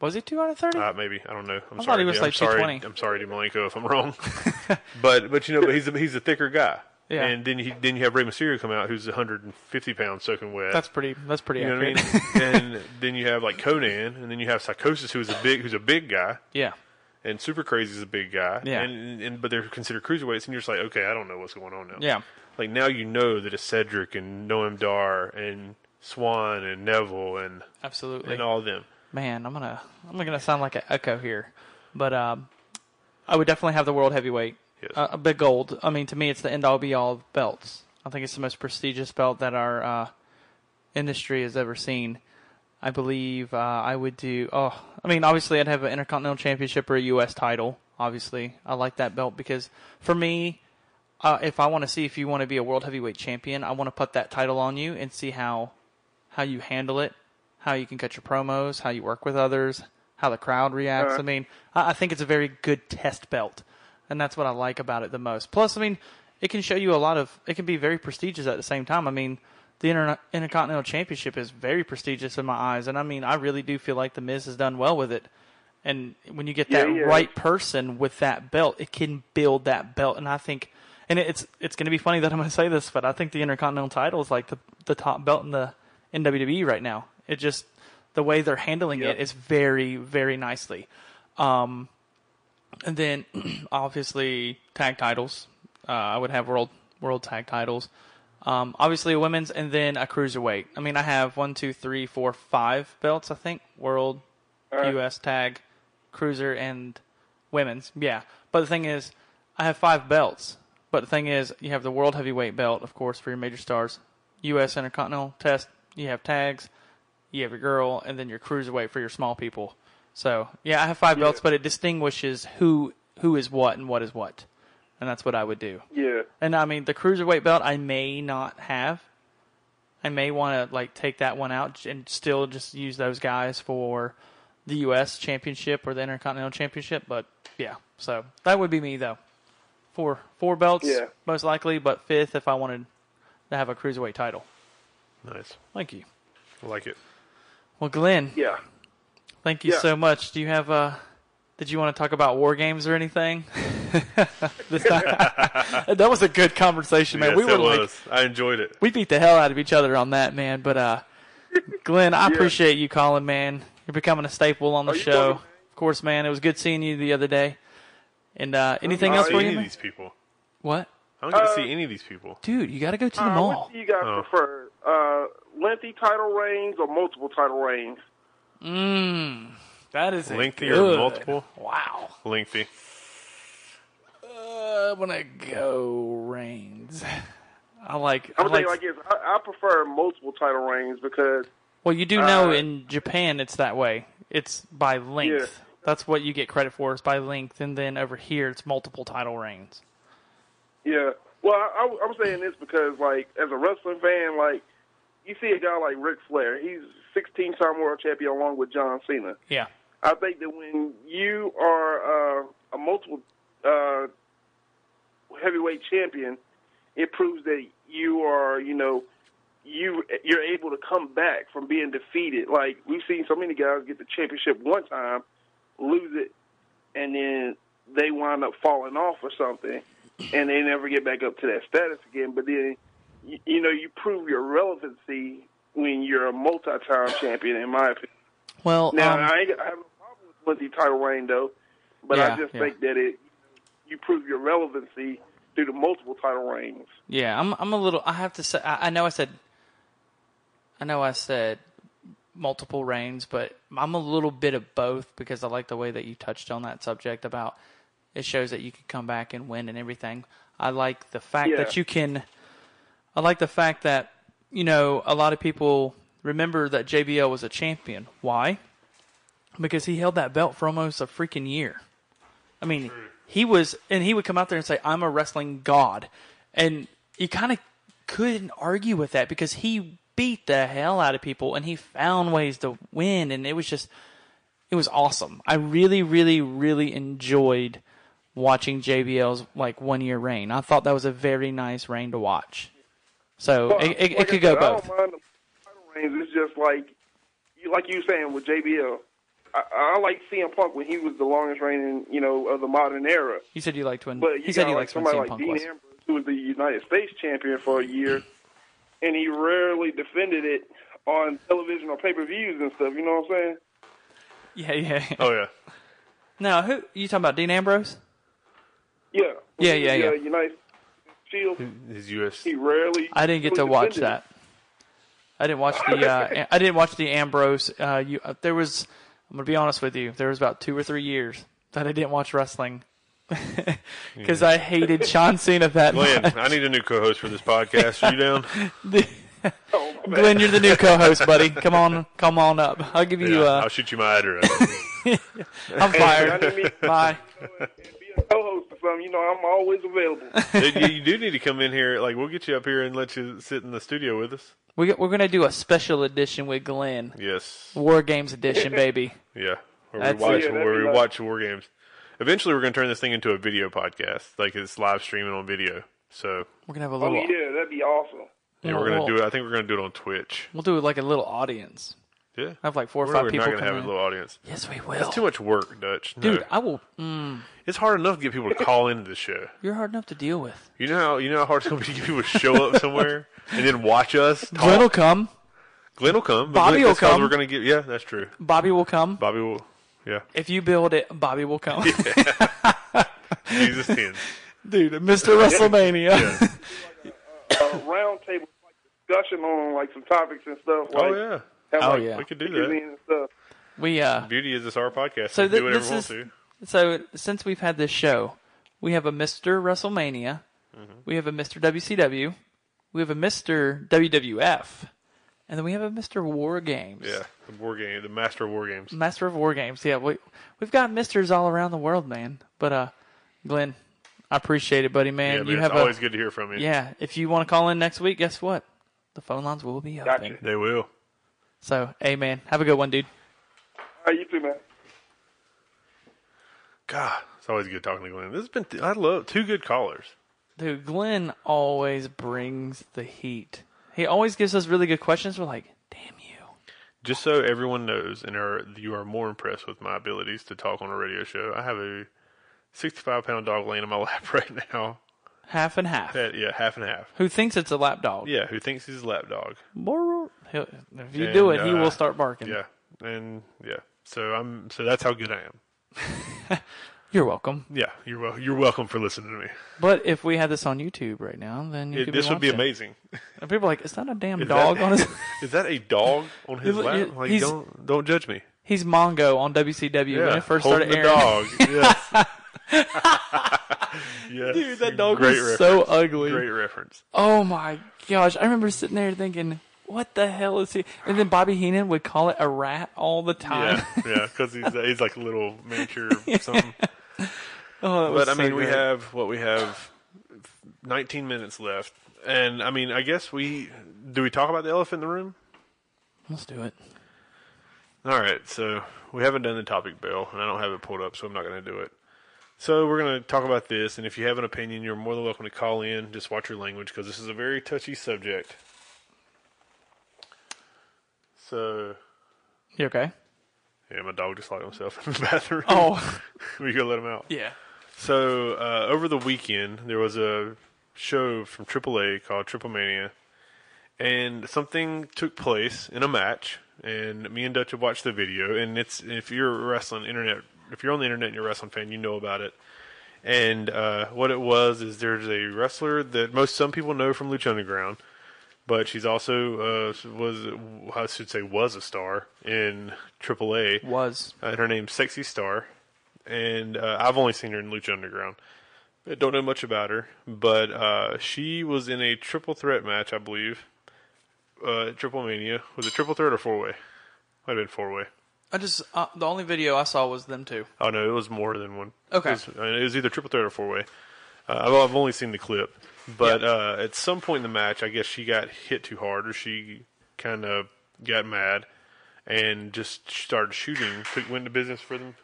Was he two out of thirty?
Uh, maybe I don't know. I'm sorry.
I thought he was,
I'm
like,
sorry.
220.
I'm sorry to Malenko if I'm
[LAUGHS]
wrong. but but you know, but he's a, he's a thicker guy.
Yeah.
And then he then you have Rey Mysterio come out who's 150 pounds soaking wet.
that's pretty. That's pretty.
you know
accurate. [LAUGHS]
what I mean. and then you have like Conan, and then you have Psychosis who's a big who's a big guy,
yeah.
and Super Crazy's a big guy.
Yeah.
And, and but they're considered cruiserweights, and you're just like, okay, I don't know what's going on now.
Yeah.
Like now you know that it's Cedric and Noam Dar and Swan and Neville and
Absolutely.
and all of them.
Man, I'm gonna I'm gonna sound like an echo here, but um, I would definitely have the world heavyweight,
Yes.
uh, a big gold. I mean, to me, it's the end all be all of belts. I think it's the most prestigious belt that our uh, industry has ever seen. I believe uh, I would do. Oh, I mean, obviously, I'd have an Intercontinental Championship or a U.S. title. Obviously, I like that belt because for me, uh, if I want to see if you want to be a world heavyweight champion, I want to put that title on you and see how how you handle it, how you can cut your promos, how you work with others, how the crowd reacts. I mean, I, I think it's a very good test belt, and that's what I like about it the most. Plus, I mean, it can show you a lot of. It can be very prestigious at the same time. I mean, the Inter- Intercontinental Championship is very prestigious in my eyes, and I mean, I really do feel like the Miz has done well with it. And when you get that
Yeah, yeah.
right person with that belt, it can build that belt. And I think, and it's it's going to be funny that I'm going to say this, but I think the Intercontinental title is like the the top belt in the in WWE right now. It just the way they're handling it is very very nicely. Um, and then [CLEARS THROAT] obviously tag titles. Uh, I would have world world tag titles. Um, obviously a women's and then a cruiserweight. I mean, I have one, two, three, four, five belts. I think world
right.
U.S. tag, cruiser, and women's. Yeah, but the thing is, I have five belts. But the thing is, you have the world heavyweight belt, of course, for your major stars. U.S. Intercontinental test. You have tags. You have your girl, and then your cruiserweight for your small people. So yeah, I have five belts, but it distinguishes who who is what and what is what, and that's what I would do.
Yeah.
And I mean, the cruiserweight belt I may not have. I may want to like take that one out j- and still just use those guys for the U.S. Championship or the Intercontinental Championship. But yeah, so that would be me though. Four four belts
Yeah.
most likely, but fifth if I wanted to have a cruiserweight title.
Nice.
Thank you.
I like it.
Well, Glenn,
Yeah.
thank you
Yeah.
so much. Do you have uh did you want to talk about war games or anything? [LAUGHS] This time- [LAUGHS] that was a good conversation, man.
yes,
we
it
were like
was. I enjoyed it.
we beat the hell out of each other on that, man. But uh, Glenn,
[LAUGHS]
I appreciate you calling, man. You're becoming a staple on the
Oh, you're
show.
welcome.
Of course, man. It was good seeing you the other day. And uh, anything
I
else
don't
for
see any
you?
of
man?
these people.
What,
I don't get
Uh,
to see any of these people.
dude? You got to go to the
Uh,
mall.
What do you guys
Oh.
prefer? Uh, lengthy title reigns or multiple title reigns?
Mmm, that is a
Lengthy or
good.
multiple?
Wow.
Lengthy.
Uh, I'm gonna go Reigns. [LAUGHS] I like. I
I'm
like,
gonna tell you like this. I, I prefer multiple title reigns because
Well, you do know
Uh,
in Japan it's that way. It's by length. That's what you get credit for. It's by length, and then over here it's multiple title reigns.
yeah. Well, I, I, I'm saying this because like as a wrestling fan, like you see a guy like Ric Flair, he's 16 time world champion along with John Cena.
Yeah.
I think that when you are uh, a multiple uh, heavyweight champion, it proves that you are, you know, you you're able to come back from being defeated. Like we've seen so many guys get the championship one time, lose it, and then they wind up falling off or something, and they never get back up to that status again. But then, you, you know, you prove your relevancy when you're a multi-time champion, in my opinion.
Well,
Now
um,
I, ain't, I have a problem with Lindsey title reign though, but
Yeah,
I just
yeah.
think that it you prove your relevancy through the multiple title reigns.
Yeah, I'm. I'm a little. I have to say. I, I know. I said. I know. I said multiple reigns, but I'm a little bit of both because I like the way that you touched on that subject about it shows that you can come back and win and everything. I like the fact
Yeah.
that you can. I like the fact that you know a lot of people remember that JBL was a champion. Why? Because he held that belt for almost a freaking year. I mean, he was, and he would come out there and say, "I'm a wrestling god," and you kind of couldn't argue with that because he beat the hell out of people and he found ways to win, and it was just, it was awesome. I really, really, really enjoyed watching JBL's like one year reign. I thought that was a very nice reign to watch. So
Well,
it, it, it
like I
could go
said, I
both.
don't mind the title reigns. It's just like you like you were saying with JBL. I, I like CM Punk when he was the longest reigning, you know, of the modern era.
You said you liked when
But you
he said
got
he
like
likes when
somebody
CM
like
Punk
Dean
was.
Ambrose, who was the United States champion for a year, and he rarely defended it on television or pay per views and stuff. You know what I'm saying?
Yeah, yeah. yeah. [LAUGHS]
Oh yeah.
Now, who you talking about? Dean Ambrose?
Yeah.
Yeah, yeah, yeah.
Uh, United Shield.
His US.
He rarely.
I didn't get to
really
watch
defended
that. I didn't watch the.
[LAUGHS]
Uh, I didn't watch the Ambrose. Uh, you, uh, there was. I'm gonna be honest with you. There was about two or three years that I didn't watch wrestling [LAUGHS] because I hated John Cena that
Glenn,
much.
I need a new co-host for this podcast. Are you down?
Glenn, you're the new co-host, buddy. Come on, come on up. I'll give [LAUGHS] you.
Yeah,
Uh,
I'll shoot you my
[LAUGHS]
address.
I'm
I
fired.
need me to
[LAUGHS] Bye.
be a co-host or something. You know, I'm always
[LAUGHS]
available.
Dude, you, you do need to come in here. Like we'll get you up here and let you sit in the studio with us.
We, got- we're gonna do a special edition with Glenn,
Yes.
War Games edition, baby.
Yeah. Where we
That's-
watch
Yeah, that'd
where
be
we
nice.
watch war games. Eventually, we're going to turn this thing into a video podcast. Like it's live streaming on video. So
We're gonna have a
Oh
little.
yeah, that'd be awesome.
yeah, we're going to do it. I think we're going to do it on Twitch.
We'll do like a little audience.
Yeah.
Have like four or
We're,
5
we're
people
not going to
come
have a
in.
little audience.
Yes, we will.
It's too much work, Dutch. No.
Dude, I will. Mm,
it's hard enough to get people to call into the show.
you're hard enough to deal with.
You know how you know how hard it's going to be to get people to show up somewhere and then watch us. Talk.
Glenn will come.
Glenn will come. but
Bobby
Glenn-
will
that's 'cause
come.
We're going to get. Yeah, that's true.
Bobby will come.
Bobby will. Yeah.
If you build it, Bobby will come.
Jesus ten.
[LAUGHS] Dude, Mr. WrestleMania.
[LAUGHS]
A Uh, round table like, discussion on like some topics and stuff. Like,
Oh yeah.
Have,
Oh,
like,
yeah.
We could do
pictures
that.
in and stuff.
We uh,
Beauty is this our podcast.
so
So
thi-
do whatever
this
we want
is
to.
so since we've had this show, we have a Mister WrestleMania,
Mm-hmm.
we have a Mister WCW, we have a Mister WWF, and then we have a Mister War Games.
Yeah, the war game, the master of war games.
Master of War Games. Yeah, we we've got misters all around the world, man. But uh, Glenn, I appreciate it, buddy, man.
yeah,
you
man,
have
it's always
a
good to hear from you.
yeah. If you want to call in next week, guess what? The phone lines will be open.
Gotcha.
They will.
So, hey, man, have a good one, dude.
All right, you too, man.
God, it's always good talking to Glenn. This has been th- I love two good callers.
Dude, Glenn always brings the heat. He always gives us really good questions. We're like, damn you.
Just so everyone knows and are you are more impressed with my abilities to talk on a radio show, I have a 65 pound dog laying in my [LAUGHS] lap right now.
Half and half.
That yeah, half and half.
Who thinks it's a lap dog?
Yeah, who thinks he's a lap dog?
Borrow- He'll, if you do it,
And,
he
uh,
will start barking.
Yeah, and yeah. So I'm so that's how good I am.
You're welcome.
Yeah, you're wel- you're welcome for listening to me.
But if we had this on YouTube right now, then you
It-
could
this would be
watching.
amazing.
And people are like, is that a damn
Is
dog
that- [LAUGHS]
on his?
Is that a dog on his
He's-
lap? Like
he's-
don't don't judge me.
He's Mongo on WCW when
Yeah,
it first
holding
started
the
airing.
[LAUGHS] dog. yes.
[LAUGHS]
yes.
Dude, that dog
Great
was
reference.
so ugly.
Great reference.
Oh my gosh! I remember sitting there thinking, "What the hell is he?" And then Bobby Heenan would call it a rat all the time. [LAUGHS]
[LAUGHS] Yeah, yeah, because he's uh, he's like a little miniature [LAUGHS] something.
Oh, that was
But I
so
mean, we
great.
have what we have. Nineteen minutes left, and I mean, I guess we do we talk about the elephant in the room?
Let's do it.
All right, so we haven't done the topic bill, and I don't have it pulled up, so I'm not going to do it. So we're going to talk about this, and if you have an opinion, you're more than welcome to call in. Just watch your language because this is a very touchy subject. So,
You okay?
yeah, my dog just locked himself in the [LAUGHS] bathroom.
Oh
[LAUGHS] we gonna let him out.
yeah.
So uh, over the weekend, there was a show from AAA called Triple Mania, and something took place in a match. And me and Dutch have watched the video, and it's if you're a wrestling internet, if you're on the internet and you're a wrestling fan, you know about it. And uh, what it was is there's a wrestler that most some people know from Lucha Underground, but she's also uh, was I should say was a star in AAA.
Was
Uh, her name's Sexy Star, and uh, I've only seen her in Lucha Underground. I don't know much about her, but uh, she was in a triple threat match, I believe. Uh, at Triple Mania was it triple threat or four way? Might have been four way.
I just uh, the only video I saw was them two.
Oh no, it was more than one.
Okay.
it was, I mean, it was either triple threat or four way. Uh, I've, I've only seen the clip, but uh, at some point in the match, I guess she got hit too hard, or she kind of got mad and just started shooting. Took went into business for them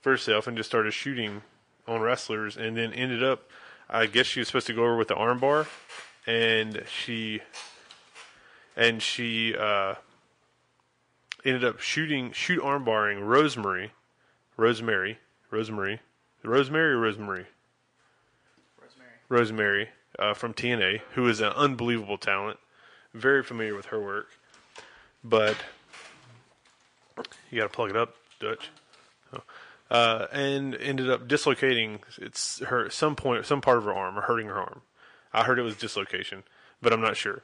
for herself and just started shooting on wrestlers, and then ended up. I guess she was supposed to go over with the armbar, and she and she uh, ended up shooting shoot armbarring Rosemary. Rosemary, Rosemary, Rosemary, or Rosemary, Rosemary uh, from TNA, who is an unbelievable talent. Very familiar with her work, but you got to plug it up, Dutch. Oh. Uh, and ended up dislocating it's her some point, some part of her arm, or hurting her arm. I heard it was dislocation, but I'm not sure.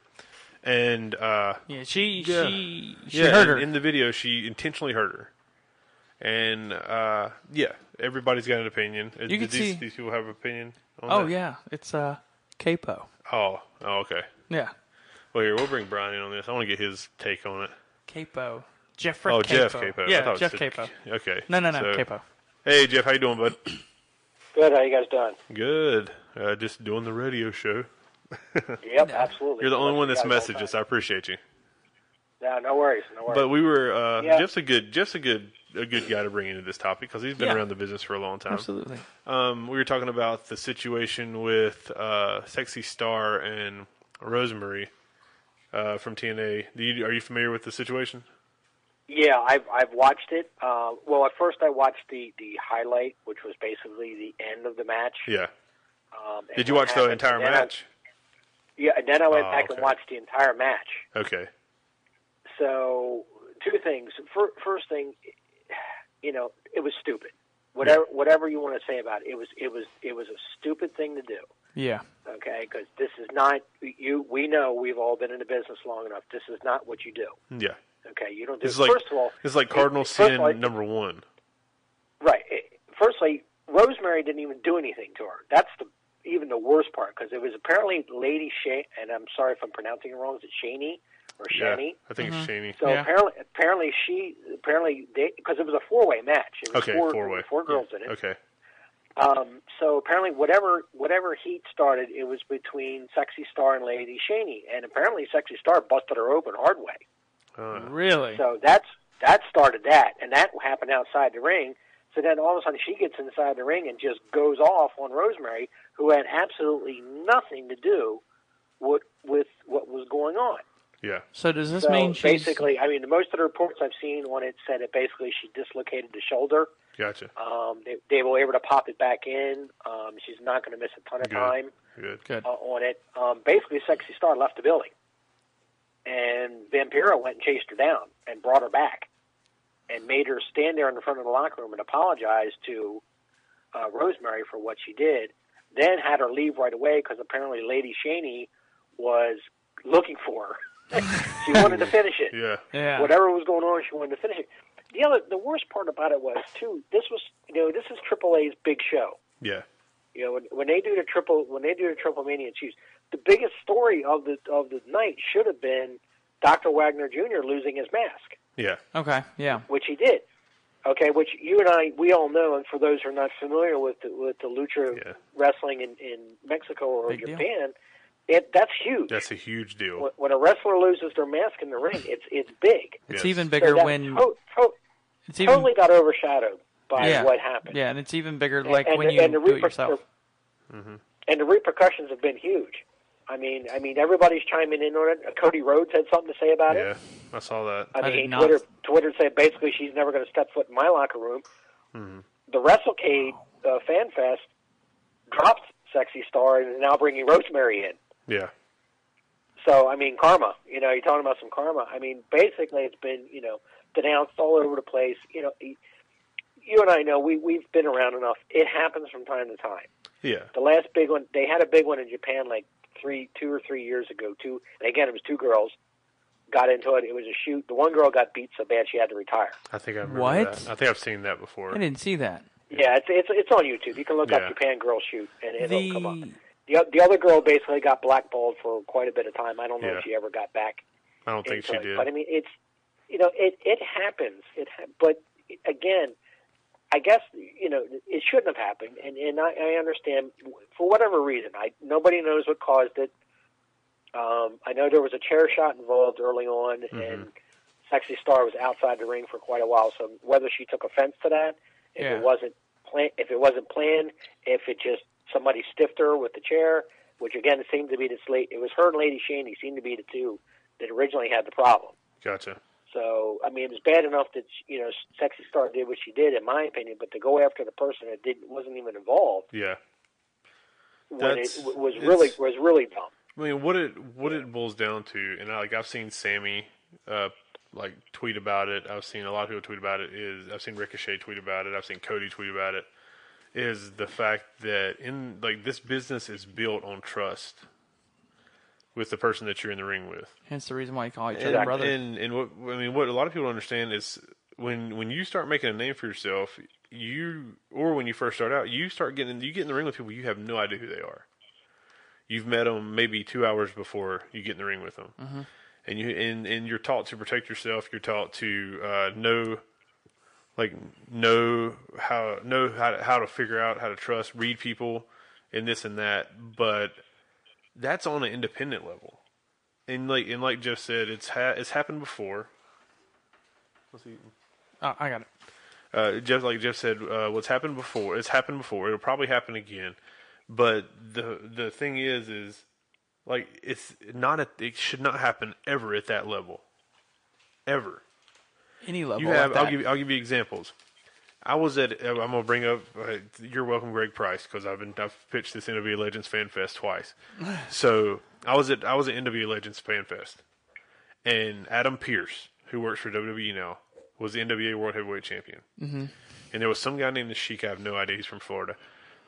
And uh,
Yeah, she
Yeah.
she she
yeah,
hurt
in-
her.
In the video, she intentionally hurt her. And uh, yeah, everybody's got an opinion. You
can
these,
see-
these people have an opinion. On
oh
that?
yeah, it's uh capo.
Oh, oh, okay.
Yeah,
Well, here we'll bring Brian in on this. I want to get his take on it.
capo. Jeffrey.
oh,
capo.
Jeff Capo. I
Yeah,
thought it
Jeff
said-
Capo.
Okay.
No, no, no,
So- um,
capo.
Hey, Jeff, how you doing, bud?
Good. How you guys doing?
Good. Uh, just doing the radio show.
Yep, absolutely.
You're the only one that's
Guys,
messaged
all time.
us. I appreciate you.
No, no worries. No worries.
But we were uh,
Yeah.
Jeff's a good Jeff's a good a good guy to bring into this topic because he's been
Yeah.
around the business for a long time.
Absolutely.
um, we were talking about the situation with uh, Sexy Star and Rosemary uh, from TNA. Do you, are you familiar with the situation?
yeah, I've I've watched it. Uh, well, at first I watched the the highlight, which was basically the end of the match.
Yeah.
Um, and
Did you
what
watch the
happened.
entire
And then I-
match?
yeah, and then I went
Oh,
back
okay.
and watched the entire match.
Okay.
So two things. Fir first thing, you know, it was stupid. Whatever whatever you want to say about it, it was it was it was a stupid thing to do.
Yeah.
Okay, because this is not you. We know we've all been in the business long enough. This is not what you do.
Yeah.
Okay, you don't do.
It's like
first of all,
it's like cardinal
first of
sin
all,
number one.
Right. It- Firstly, Rosemary didn't even do anything to her. That's the even the worst part because it was apparently Lady Shan, and I'm sorry if I'm pronouncing it wrong. Is it Shaney or
Yeah,
Shaney?
I think it's Shaney.
So
Yeah.
apparently, apparently she apparently they because it was a four way match. It was
Okay,
four,
four way.
four girls in it.
Okay,
Um, so apparently, whatever whatever heat started, it was between Sexy Star and Lady Shaney, and apparently Sexy Star busted her open hard way.
uh,
Really?
So that's that started that, and that happened outside the ring. So then all of a sudden she gets inside the ring and just goes off on Rosemary, who had absolutely nothing to do with with what was going on.
yeah.
So does this
so
mean she's
basically, I mean, the most of the reports I've seen on it said that basically she dislocated the shoulder.
Gotcha.
Um, they, they were able to pop it back in. Um, she's not going to miss a ton of
Good.
time
Good.
good?
uh, on it. Um, basically, Sexy Star left the building, and Vampiro went and chased her down and brought her back, and made her stand there in the front of the locker room and apologize to uh, Rosemary for what she did. Then had her leave right away because apparently Lady Shaney was looking for her. [LAUGHS] she wanted to finish it
Yeah.
yeah.
whatever was going on, she wanted to finish it. The other, the worst part about it was too. This was, you know, this is Triple A's big show.
Yeah.
You know, when, when they do the triple, when they do the Triple Mania Chiefs, the biggest story of the of the night should have been Dr. Wagner Jr. losing his mask,
Yeah.
Okay. Yeah.
which he did. Okay, which you and I, we all know, and for those who are not familiar with the, with the lucha
Yeah.
wrestling in, in Mexico or
Big deal.
Japan, it, that's huge.
That's a huge deal.
when, when a wrestler loses their mask in the ring, it's it's big.
It's
Yes.
even
So
bigger
that
when
to- to-
it's even
totally got overshadowed by
yeah,
what happened.
Yeah, and it's even bigger like
and
when
the-
you
and the
do it
repercu-
yourself. Mm-hmm.
And the repercussions have been huge. I mean, I mean, everybody's chiming in on it. Cody Rhodes had something to say about
Yeah.
it.
I saw that.
I
I
mean,
did not.
Twitter Twitter said basically she's never going to step foot in my locker room.
Mm-hmm.
The WrestleCade uh, Fan Fest dropped Sexy Star and is now bringing Rosemary in.
Yeah.
So I mean, karma. You know, you're talking about some karma. I mean, basically, it's been you know denounced all over the place. You know, y- you and I know we we've been around enough. It happens from time to time.
Yeah.
The last big one, they had a big one in Japan like three, two or three years ago. Two, and again, it was two girls got into it. It was a shoot. The one girl got beat so bad she had to retire.
I think I remember
What?
that. I think I've seen that before.
I didn't see that.
Yeah, it's it's it's on YouTube. You can look
Yeah.
up Japan girl shoot, and it'll come up.
The
The o- the other girl basically got blackballed for quite a bit of time. I don't know
Yeah.
if she ever got back.
I don't think she
into it.
did.
But I mean, it's you know, it it happens. It ha- but again, I guess you know it shouldn't have happened, and and I, I understand for whatever reason. I nobody knows what caused it. Um, I know there was a chair shot involved early on,
Mm-hmm.
and Sexy Star was outside the ring for quite a while. So whether she took offense to that, if
Yeah.
it wasn't plan, if it wasn't planned, if it just somebody stiffed her with the chair, which again it seemed to be this late. It was her and Lady Shandy seemed to be the two that originally had the problem.
Gotcha.
So I mean, it's bad enough that you know Sexy Star did what she did, in my opinion. But to go after the person that didn't wasn't even involved
Yeah.
when it
That's-
w- was
it's-
really was really dumb.
I mean, what it what it boils down to, and I, like I've seen Sammy, uh, like tweet about it. I've seen a lot of people tweet about it. Is I've seen Ricochet tweet about it. I've seen Cody tweet about it. Is the fact that in like this business is built on trust with the person that you're in the ring with.
hence the reason why you call each
And,
other brother.
and and what I mean, what a lot of people don't understand is when when you start making a name for yourself, you or when you first start out, you start getting you get in the ring with people you have no idea who they are. You've met them maybe two hours before you get in the ring with them,
Mm-hmm.
and you and and you're taught to protect yourself. You're taught to uh, know, like know how know how to, how to figure out how to trust, read people, and this and that. But that's on an independent level and like and like Jeff said, it's ha- it's happened before. Let's see.
oh, I got it.
Uh, Jeff, like Jeff said, uh, what's happened before? It's happened before. It'll probably happen again. But the the thing is, is like it's not a, it should not happen ever at that level, ever.
Any level.
You
like
have. I'll
that.
give. You, I'll give you examples. I was at. I'm gonna bring up. Uh, you're welcome, Greg Price, because I've been. I've pitched this NWA Legends Fan Fest
[LAUGHS]
twice. so I was at. I was at NWA Legends Fan Fest, and Adam Pierce, who works for WWE now, was the NWA World Heavyweight Champion. Mm-hmm. And there was some guy named the Sheik. I have no idea. He's from Florida.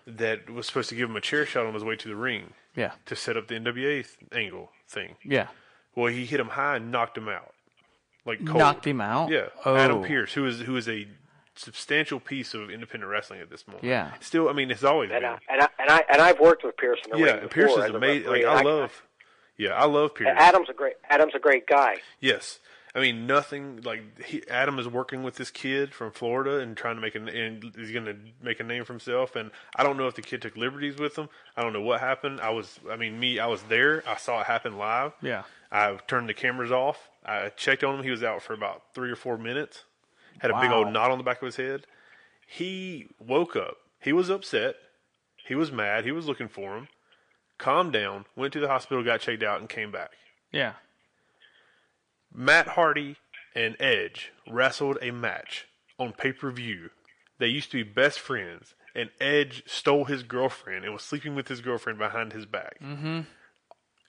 That was supposed to give him a chair shot on his way to the ring
yeah.
to set up the NWA th- angle thing.
Yeah.
Well, he hit him high and knocked him out. like cold.
Knocked him out.
Yeah,
Oh.
Adam Pierce, who is who is a substantial piece of independent wrestling at this point.
Yeah.
still, I mean, it's always
And
been.
I, and I and I and I've worked with Pierce in the
yeah,
ring
and Pierce
before
is
as a
amazing. Like
referee,
I
and
love. Yeah, I love Pierce.
and Adam's a great Adam's a great guy.
Yes. I mean, nothing like he, Adam is working with this kid from Florida and trying to make an and he's going to make a name for himself. And I don't know if the kid took liberties with him. I don't know what happened. I was, I mean, me, I was there. I saw it happen live.
Yeah.
I turned the cameras off. I checked on him. He was out for about three or four minutes. Had a big
Wow.
old knot on the back of his head. He woke up. He was upset. He was mad. He was looking for him. Calmed down. Went to the hospital. Got checked out and came back.
Yeah.
Matt Hardy and Edge wrestled a match on pay per view. They used to be best friends, and Edge stole his girlfriend and was sleeping with his girlfriend behind his back. Mm-hmm.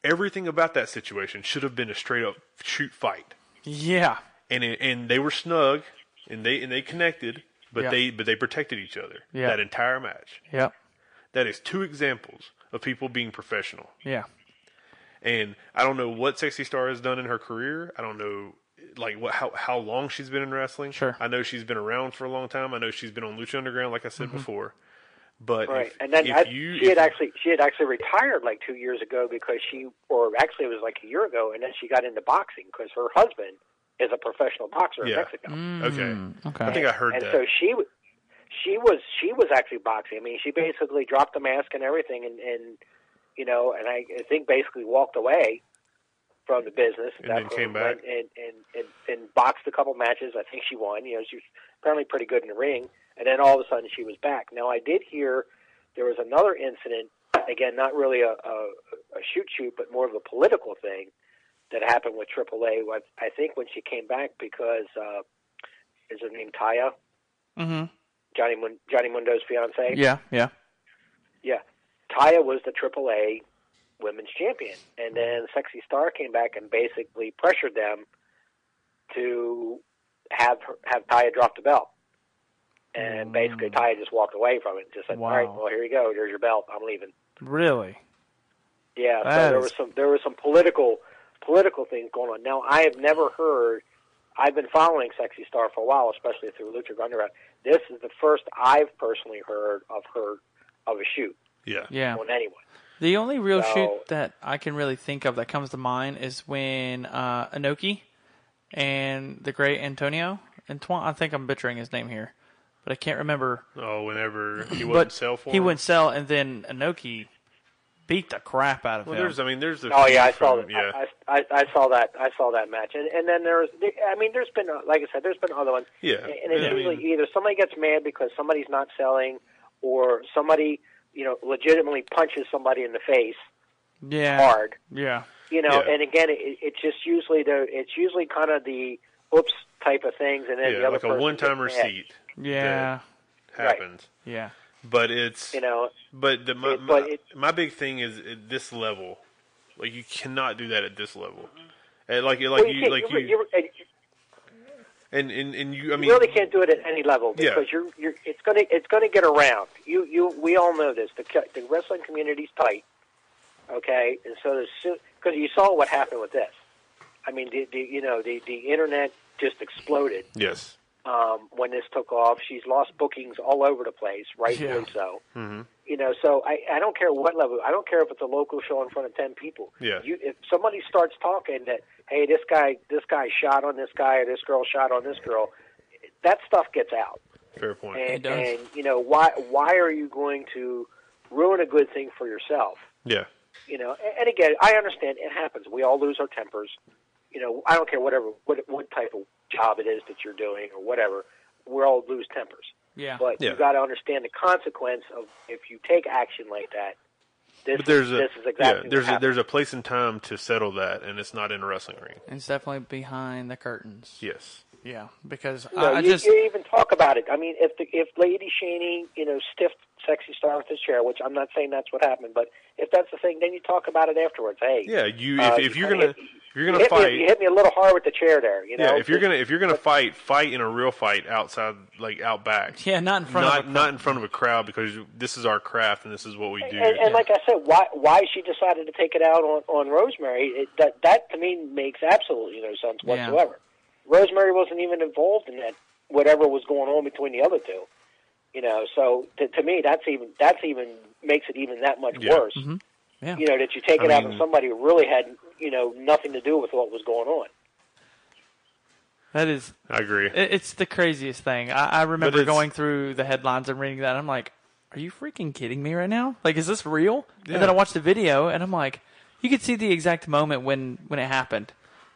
Everything about that situation should have been a straight up shoot fight,
Yeah.
and it, and they were snug, and they and they connected, but
Yeah.
they but they protected each other
Yeah.
that entire match.
Yep.
That is two examples of people being professional.
Yeah.
And I don't know what Sexy Star has done in her career. I don't know like what how how long she's been in wrestling.
Sure.
I know she's been around for a long time. I know she's been on Lucha Underground, like I said
Mm-hmm.
before. But
Right,
if,
and then
if
I,
you
she had
if-
actually she had actually retired like two years ago because she, or actually it was like a year ago, and then she got into boxing because her husband is a professional boxer in
Yeah.
Mexico.
okay,
okay.
I think I heard
and
that.
so she w- she was she was actually boxing. I mean, she basically dropped the mask and everything, and and you know, and I, I think basically walked away from the business.
And then
That's
came
when-
back.
and, and and and boxed a couple matches. I think she won. You know, she was apparently pretty good in the ring. And then all of a sudden, she was back. Now, I did hear there was another incident. Again, not really a, a, a shoot shoot, but more of a political thing that happened with AAA. What- I think when she came back because uh, is her name Taya?
Mhm.
Johnny Mun- Johnny Mundo's fiance.
Yeah. Yeah.
Yeah. Taya was the AAA women's champion. And then Sexy Star came back and basically pressured them to have her, have Taya drop the belt. And basically, Taya just walked away from it and just said,
Mm. Wow.
"All right, well, here you go. There's your belt. I'm leaving."
Really.
Yeah,
That
so there
is-
was some there was some political political things going on. Now I have never heard. I've been following Sexy Star for a while, especially through Lucha Underground. This is the first I've personally heard of her of a shoot
yeah.
Yeah.
on anyone.
The only real
So-
shoot that I can really think of that comes to mind is when uh, Inoki and the great Antonio Antoine. I think I'm butchering his name here, but I can't remember.
Oh,
[CLEARS THROAT]
whenever he wouldn't
but
sell for
he
him.
wouldn't sell, and then Inoki beat the crap out of
Well,
him.
there's I mean there's the
Oh yeah, I
feud
saw
from-
that.
yeah.
I, I, I saw that. I saw that match, and and then there's. I mean, there's been uh, like I said, there's been other ones.
Yeah,
and and it's
yeah, I
usually
mean-
either somebody gets mad because somebody's not selling, or somebody you know legitimately punches somebody in the face
yeah.
hard.
Yeah.
You know,
Yeah.
and again, it, it's just usually the it's usually kind of the oops type of things, and then the
yeah,
other
like a
person
one time
gets mad,
receipt
Yeah.
happens.
Yeah.
But it's
You know,
But the, my,
It- but
my,
it-
my big thing is at this level, like you cannot do that at this level. And like like
Well,
you,
can't-
like you,
you, you-
and, and and you I
you
mean
really can't do it at any level
Yeah.
because you're you're it's gonna it's gonna get around. You you we all know this. The co- the wrestling community's tight, okay, and so because you saw what happened with this. I mean, the, the you know the the internet just exploded
yes
um, when this took off. She's lost bookings all over the place, rightfully
Yeah. Mm-hmm.
so. You know, so I, I don't care what level. I don't care if it's a local show in front of ten people.
Yeah.
You, if somebody starts talking that, hey, this guy, this guy shot on this guy, or this girl shot on this girl, that stuff gets out.
fair point
And,
It does.
and you know, why why are you going to ruin a good thing for yourself?
yeah
you know and, and again i understand it happens we all lose our tempers you know i don't care whatever what what type of job it is that you're doing or whatever we all lose tempers
Yeah.
but
Yeah.
you got to understand the consequence of if you take action like that this,
but there's
is,
a
this is exactly
yeah there's
what
a, there's
happens.
a place and time to settle that and it's not in a wrestling ring
It's definitely behind the curtains.
yes
Yeah. Because
No,
I, I
you,
just.
you even talk about it. I mean, if the, if Lady Shaney, you know, stiffed sexy star with his chair, which I'm not saying that's what happened, but if that's the thing, then you talk about it afterwards. Hey,
yeah you
uh,
if, if you're gonna
kinda hit-
if you're gonna
you hit me-
fight
you hit me a little hard with the chair there. You know,
yeah if you're
Just-
gonna if you're gonna fight fight in a real fight outside like out back
Yeah, not in front
not
of a
not in front of a crowd because this is our craft and this is what we do
and, and
Yeah.
like I said, why why she decided to take it out on on Rosemary? It, that that to me makes absolutely no sense
Yeah.
whatsoever. Rosemary wasn't even involved in that whatever was going on between the other two. You know, so to, to me, that's even that's even makes it even that much
Yeah. Mm-hmm.
worse.
Yeah.
You know, that you take
I
it out
mean-
on somebody who really had you know nothing to do with what was going on.
That is,
I agree.
it- it's the craziest thing. I, I remember
it's-
going through the headlines and reading that. And I'm like, are you freaking kidding me right now? Like, is this real?
Yeah.
And then I watched the video and I'm like, you could see the exact moment when when it happened.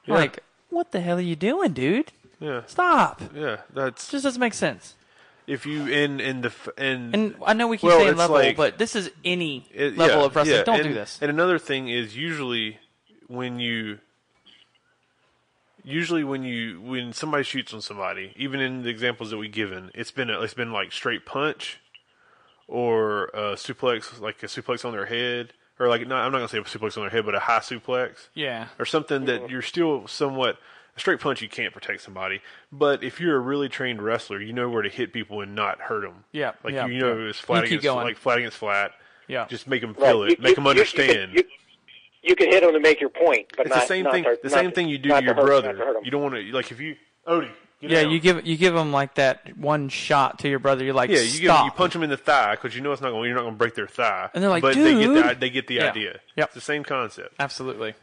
I'm
Yeah.
Like, what the hell are you doing, dude?
Yeah,
Stop. It
yeah. That's
just doesn't make sense.
if you in in the f- in
And I know we keep
Well,
saying
it's
level,
like-
but this is any
it-
level
yeah,
of wrestling.
yeah,
Don't
and-
do this.
And another thing is usually when you usually when you when somebody shoots on somebody, even in the examples that we given, it's been a, it's been like straight punch or a suplex, like a suplex on their head, or like no, I'm not gonna say a suplex on their head, but a high suplex
yeah.
or something that you're still somewhat a straight punch you can't protect somebody but if you're a really trained wrestler you know where to hit people and not hurt them
Yeah,
like
yeah,
you know
yeah.
it's flat
You keep
against
going.
like flat against flat
Yeah.
just make them
Right.
feel it make them understand
You, you, you can hit them to make your point, but
it's
not,
the same
not
thing
to-
the
not
same
to-
thing you do
not
to your
hurt- not
brother
to hurt 'em.
you don't want to like if you odie get
Yeah,
down.
you give you give them like that one shot to your brother. You're like,
yeah, you, give, you
stop.
punch them in the thigh because you know it's not going. You're not going to break their thigh.
And they're like,
but they get the,
"Dude."
i- they get the
Yeah.
idea.
Yep.
It's the same concept.
Absolutely.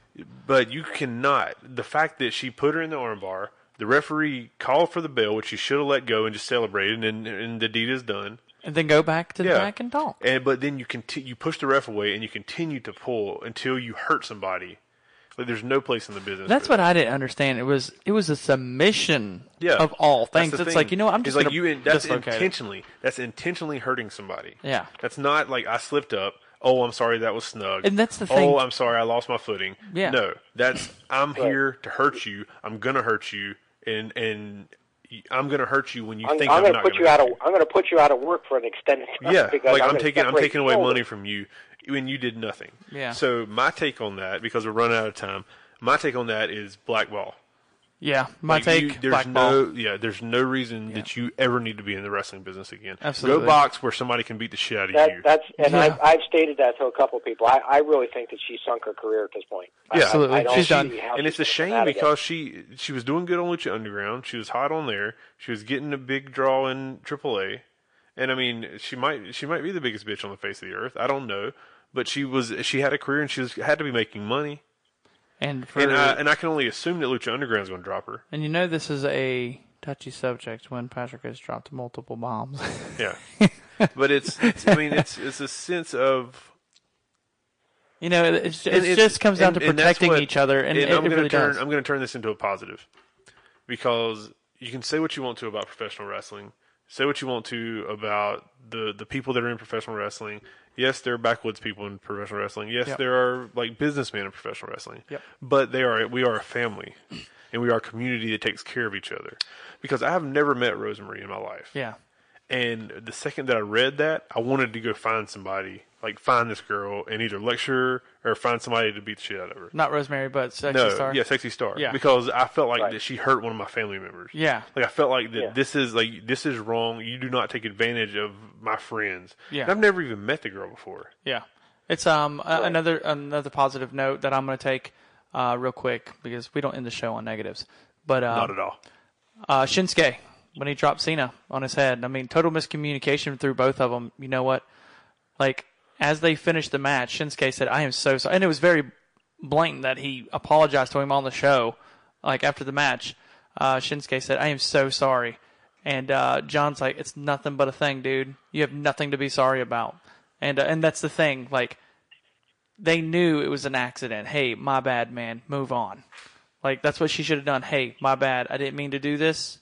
But you cannot. The fact that she put her in the armbar, the referee called for the bell, which she should have let go and just celebrated, and and the deed is done.
And then go back to the
Yeah.
back and talk.
And but then you conti- you push the ref away and you continue to pull until you hurt somebody. Like there's no place in the business.
That's
for
what I didn't understand. It was it was a submission
that. yeah.
of all
That's
things.
the
It's
thing.
like you know what, I'm
It's
just
like
gonna
you. in- That's
dislocate it.
intentionally. That's intentionally hurting somebody.
Yeah.
That's not like I slipped up. Oh, I'm sorry. That was snug.
And that's the
Oh,
thing-
I'm sorry. I lost my footing.
Yeah.
No,
[LAUGHS]
that's I'm here to hurt you. I'm gonna hurt you, and and I'm gonna hurt you when you
I'm,
think
I'm
I'm,
going to
not
put
gonna
you out
hurt
of I'm going to put you out of work for an extended
[LAUGHS]
time.
yeah,
because
like
I'm,
I'm,
gonna
taking I'm
separate
taking away
you.
money from you when you did nothing.
Yeah.
So my take on that, because we're running out of time, my take on that is blackball.
Yeah, my
Like,
take.
you- there's
black
no,
ball.
yeah, there's no reason that you ever need to be in the wrestling business again.
Absolutely.
Go box where somebody can beat the shit out of
That,
you.
that's and
Yeah.
I've, I've stated that to a couple of people. I, I really think that she sunk her career at this point. I-
Yeah.
Absolutely.
I, I don't
She's
see
done.
how
and it's
she's
a
gonna come
shame
out of it.
because she she was doing good on Lucha Underground. She was hot on there. She was getting a big draw in AAA, and I mean she might she might be the biggest bitch on the face of the earth. I don't know, but she was she had a career and she was, had to be making money.
And for
And I, and I can only assume that Lucha Underground's going to drop her.
and you know this is a touchy subject when Patrick has dropped multiple bombs. [LAUGHS]
Yeah, but it's, it's I mean it's it's a sense of
you know, it's, it
and it's-
just comes down
and-
to
and that's
protecting
what-
each other, and, it,
I'm
it
gonna
really
turn
does.
I'm going to turn this into a positive because you can say what you want to about professional wrestling, say what you want to about the the people that are in professional wrestling. Yes, there are backwoods people in professional wrestling. Yes,
Yep.
there are like businessmen in professional wrestling.
Yep.
But they are we are a family, and we are a community that takes care of each other. Because I have never met Rosemary in my life.
yeah,
And the second that I read that, I wanted to go find somebody, like find this girl, and either lecture her or find somebody to beat the shit out of her.
not Rosemary, but Sexy
no,
Star.
yeah, sexy star.
Yeah.
because I felt like that she hurt one of my family members.
Yeah.
like I felt like that this is like this is wrong. You do not take advantage of my friends.
Yeah.
And I've never even met the girl before.
Yeah, it's um a- another another positive note that I'm going to take uh, real quick because we don't end the show on negatives. But uh,
Not at all.
uh, Shinsuke when he dropped Cena on his head. I mean, total miscommunication through both of them. You know what? Like as they finished the match, Shinsuke said, "I am so sorry," and it was very blatant that he apologized to him on the show. Like after the match, uh, Shinsuke said, "I am so sorry," and uh, John's like, "It's nothing but a thing, dude. You have nothing to be sorry about." And uh, and that's the thing. Like they knew it was an accident. Hey, my bad, man. Move on. Like that's what she should have done. Hey, my bad. I didn't mean to do this.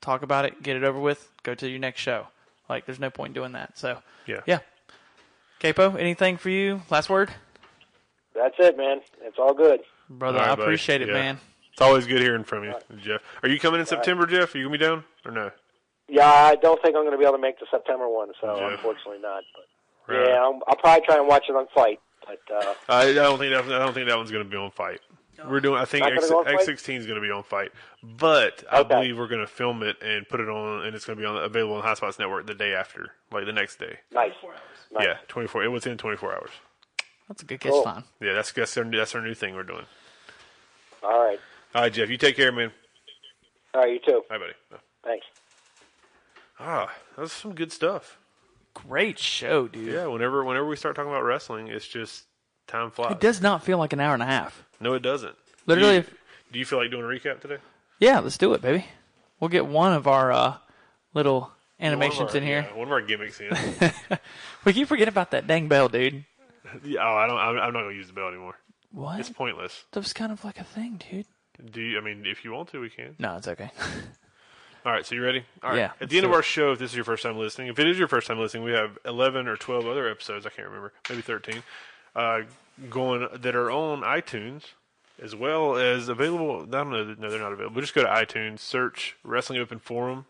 Talk about it. Get it over with. Go to your next show. Like there's no point doing that. So
Yeah.
yeah. Capo, anything for you? Last word,
That's it, man. It's all good.
brother.
All right,
I
buddy.
appreciate it,
Yeah.
man.
It's always good hearing from you, Jeff. Are you coming in September, Jeff? Are you gonna be down or no?
Yeah, I don't think I'm going to be able to make the September one, so
Yeah.
unfortunately not. But
Right.
yeah, I'm, I'll probably try and watch it on Fight. But uh,
I, I don't think that I don't think that one's gonna be on fight. We're doing. I think
Not gonna
X
go on Fight?
X sixteen is gonna be on fight, but I
Okay.
believe we're gonna film it and put it on, and it's gonna be on available on Hot Spots Network the day after, like the next day.
nice. Nice.
Yeah, twenty four. It was in twenty four hours.
That's a good catch,
Cool.
fine.
Yeah, that's that's our, that's our new thing we're doing.
All right.
All right, Jeff, you take care, man.
All right, you too.
Hi, buddy. No.
Thanks.
Ah, that's some good stuff.
Great show, dude.
Yeah, whenever whenever we start talking about wrestling, it's just time flies.
It does not feel like an hour and a half.
No, it doesn't.
Literally,
Do you,
if-
do you feel like doing a recap today?
Yeah, let's do it, baby. We'll get one of our uh, little
One
animations
of our-
in here.
yeah, [LAUGHS] one of our gimmicks in.
We keep forgetting about that dang bell, dude.
yeah, oh, I don't. I'm, I'm not gonna use the bell anymore.
What?
It's pointless.
that was kind of like a thing, dude.
Do you, I mean if you want to, we can.
No, it's okay.
All right, so you ready? All right.
Yeah,
At
let's
the end
do
of
it.
our show, if this is your first time listening, if it is your first time listening, we have eleven or twelve other episodes. I can't remember, maybe thirteen, uh, going that are on iTunes as well as available. I don't know. No, they're not available. Just go to iTunes, search Wrestling Open Forum,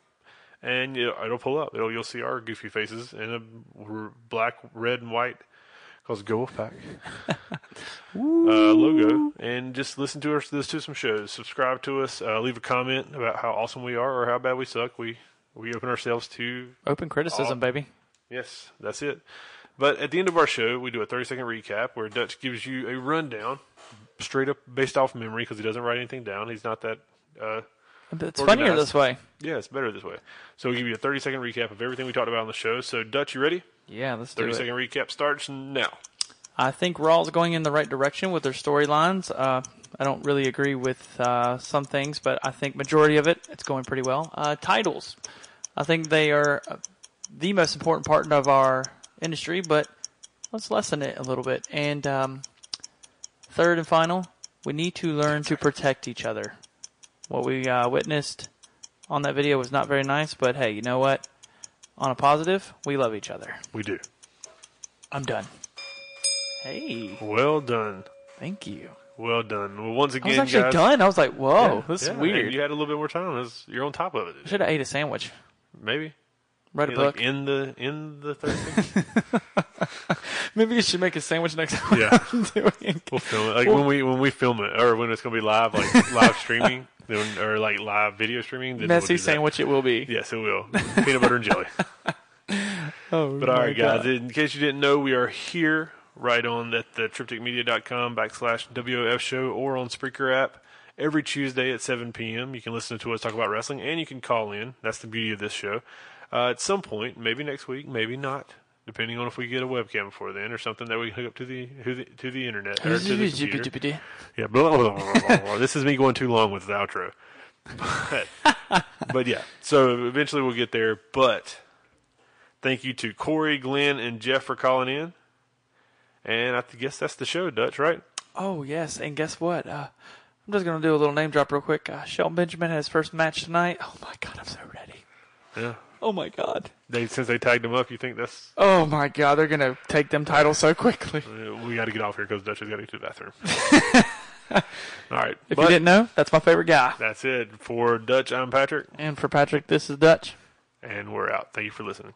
and you it'll pull up. It'll, you'll see our goofy faces in a r- black, red, and white. Cause Go Wolf Pack uh, logo
Mm-hmm.
and just listen to us this to some shows. Subscribe to us. Uh, leave a comment about how awesome we are or how bad we suck. We we open ourselves to
Open criticism, baby.
yes, that's it. But at the end of our show, we do a thirty second recap where Dutch gives you a rundown, straight up based off memory because he doesn't write anything down. He's not that. Uh, organized.
It's funnier this way.
yeah, it's better this way. So we give you a thirty second recap of everything we talked about on the show. So Dutch, you ready?
Yeah, let's do
Thirty
it.
second recap starts now.
I think Raw's going in the right direction with their storylines. Uh, I don't really agree with uh, some things, but I think majority of it, it's going pretty well. Uh, titles, I think they are uh, the most important part of our industry, but let's lessen it a little bit. And um, third and final, we need to learn to protect each other. What we uh, witnessed on that video was not very nice, but hey, you know what? On a positive, we love each other.
We do.
I'm done. Hey.
Well done.
Thank you.
Well done. Well, once
I was
again,
actually
guys,
done. I was like, whoa,
Yeah,
this
yeah,
is Oh, weird.
You had a little bit more time. That's- you're on top of it.
Should have ate a sandwich.
Maybe
Write a
Yeah,
book.
like in the in the third.
Maybe you should make a sandwich next [LAUGHS] time.
[LAUGHS] Yeah.
I'm doing.
we'll film it. Like when we when we film it, or when it's gonna be live, like live streaming, then, or like live video streaming. Then we'll
Messy
do that.
sandwich it will be.
Yes, it will. Peanut butter and
[LAUGHS]
jelly.
Oh,
But all right, guys. In case you didn't know, we are here right on at the triptychmedia.com backslash WOF show or on Spreaker app every Tuesday at 7 p.m. You can listen to us talk about wrestling and you can call in. That's the beauty of this show. Uh, at some point, maybe next week, maybe not, depending on if we get a webcam before then or something that we can hook up to the, who the to the internet or to the computer. Yeah, blah, blah, blah, blah, blah, blah. this is me going too long with the outro. But, but yeah, so eventually we'll get there. But thank you to Corey, Glenn, and Jeff for calling in. And I guess that's the show, Dutch, right?
Oh yes, and guess what? Uh, I'm just gonna do a little name drop real quick. Uh, Shelton Benjamin had his first match tonight. Oh my god, I'm so ready.
Yeah.
Oh my god.
They since they tagged him up, you think that's
Oh my god, they're gonna take them titles so quickly.
uh, we got to get off here because Dutch has got to go to the bathroom.
[LAUGHS]
All right,
If
but
you didn't know, that's my favorite guy.
that's it for Dutch. I'm Patrick,
And for Patrick, this is Dutch.
and we're out. Thank you for listening.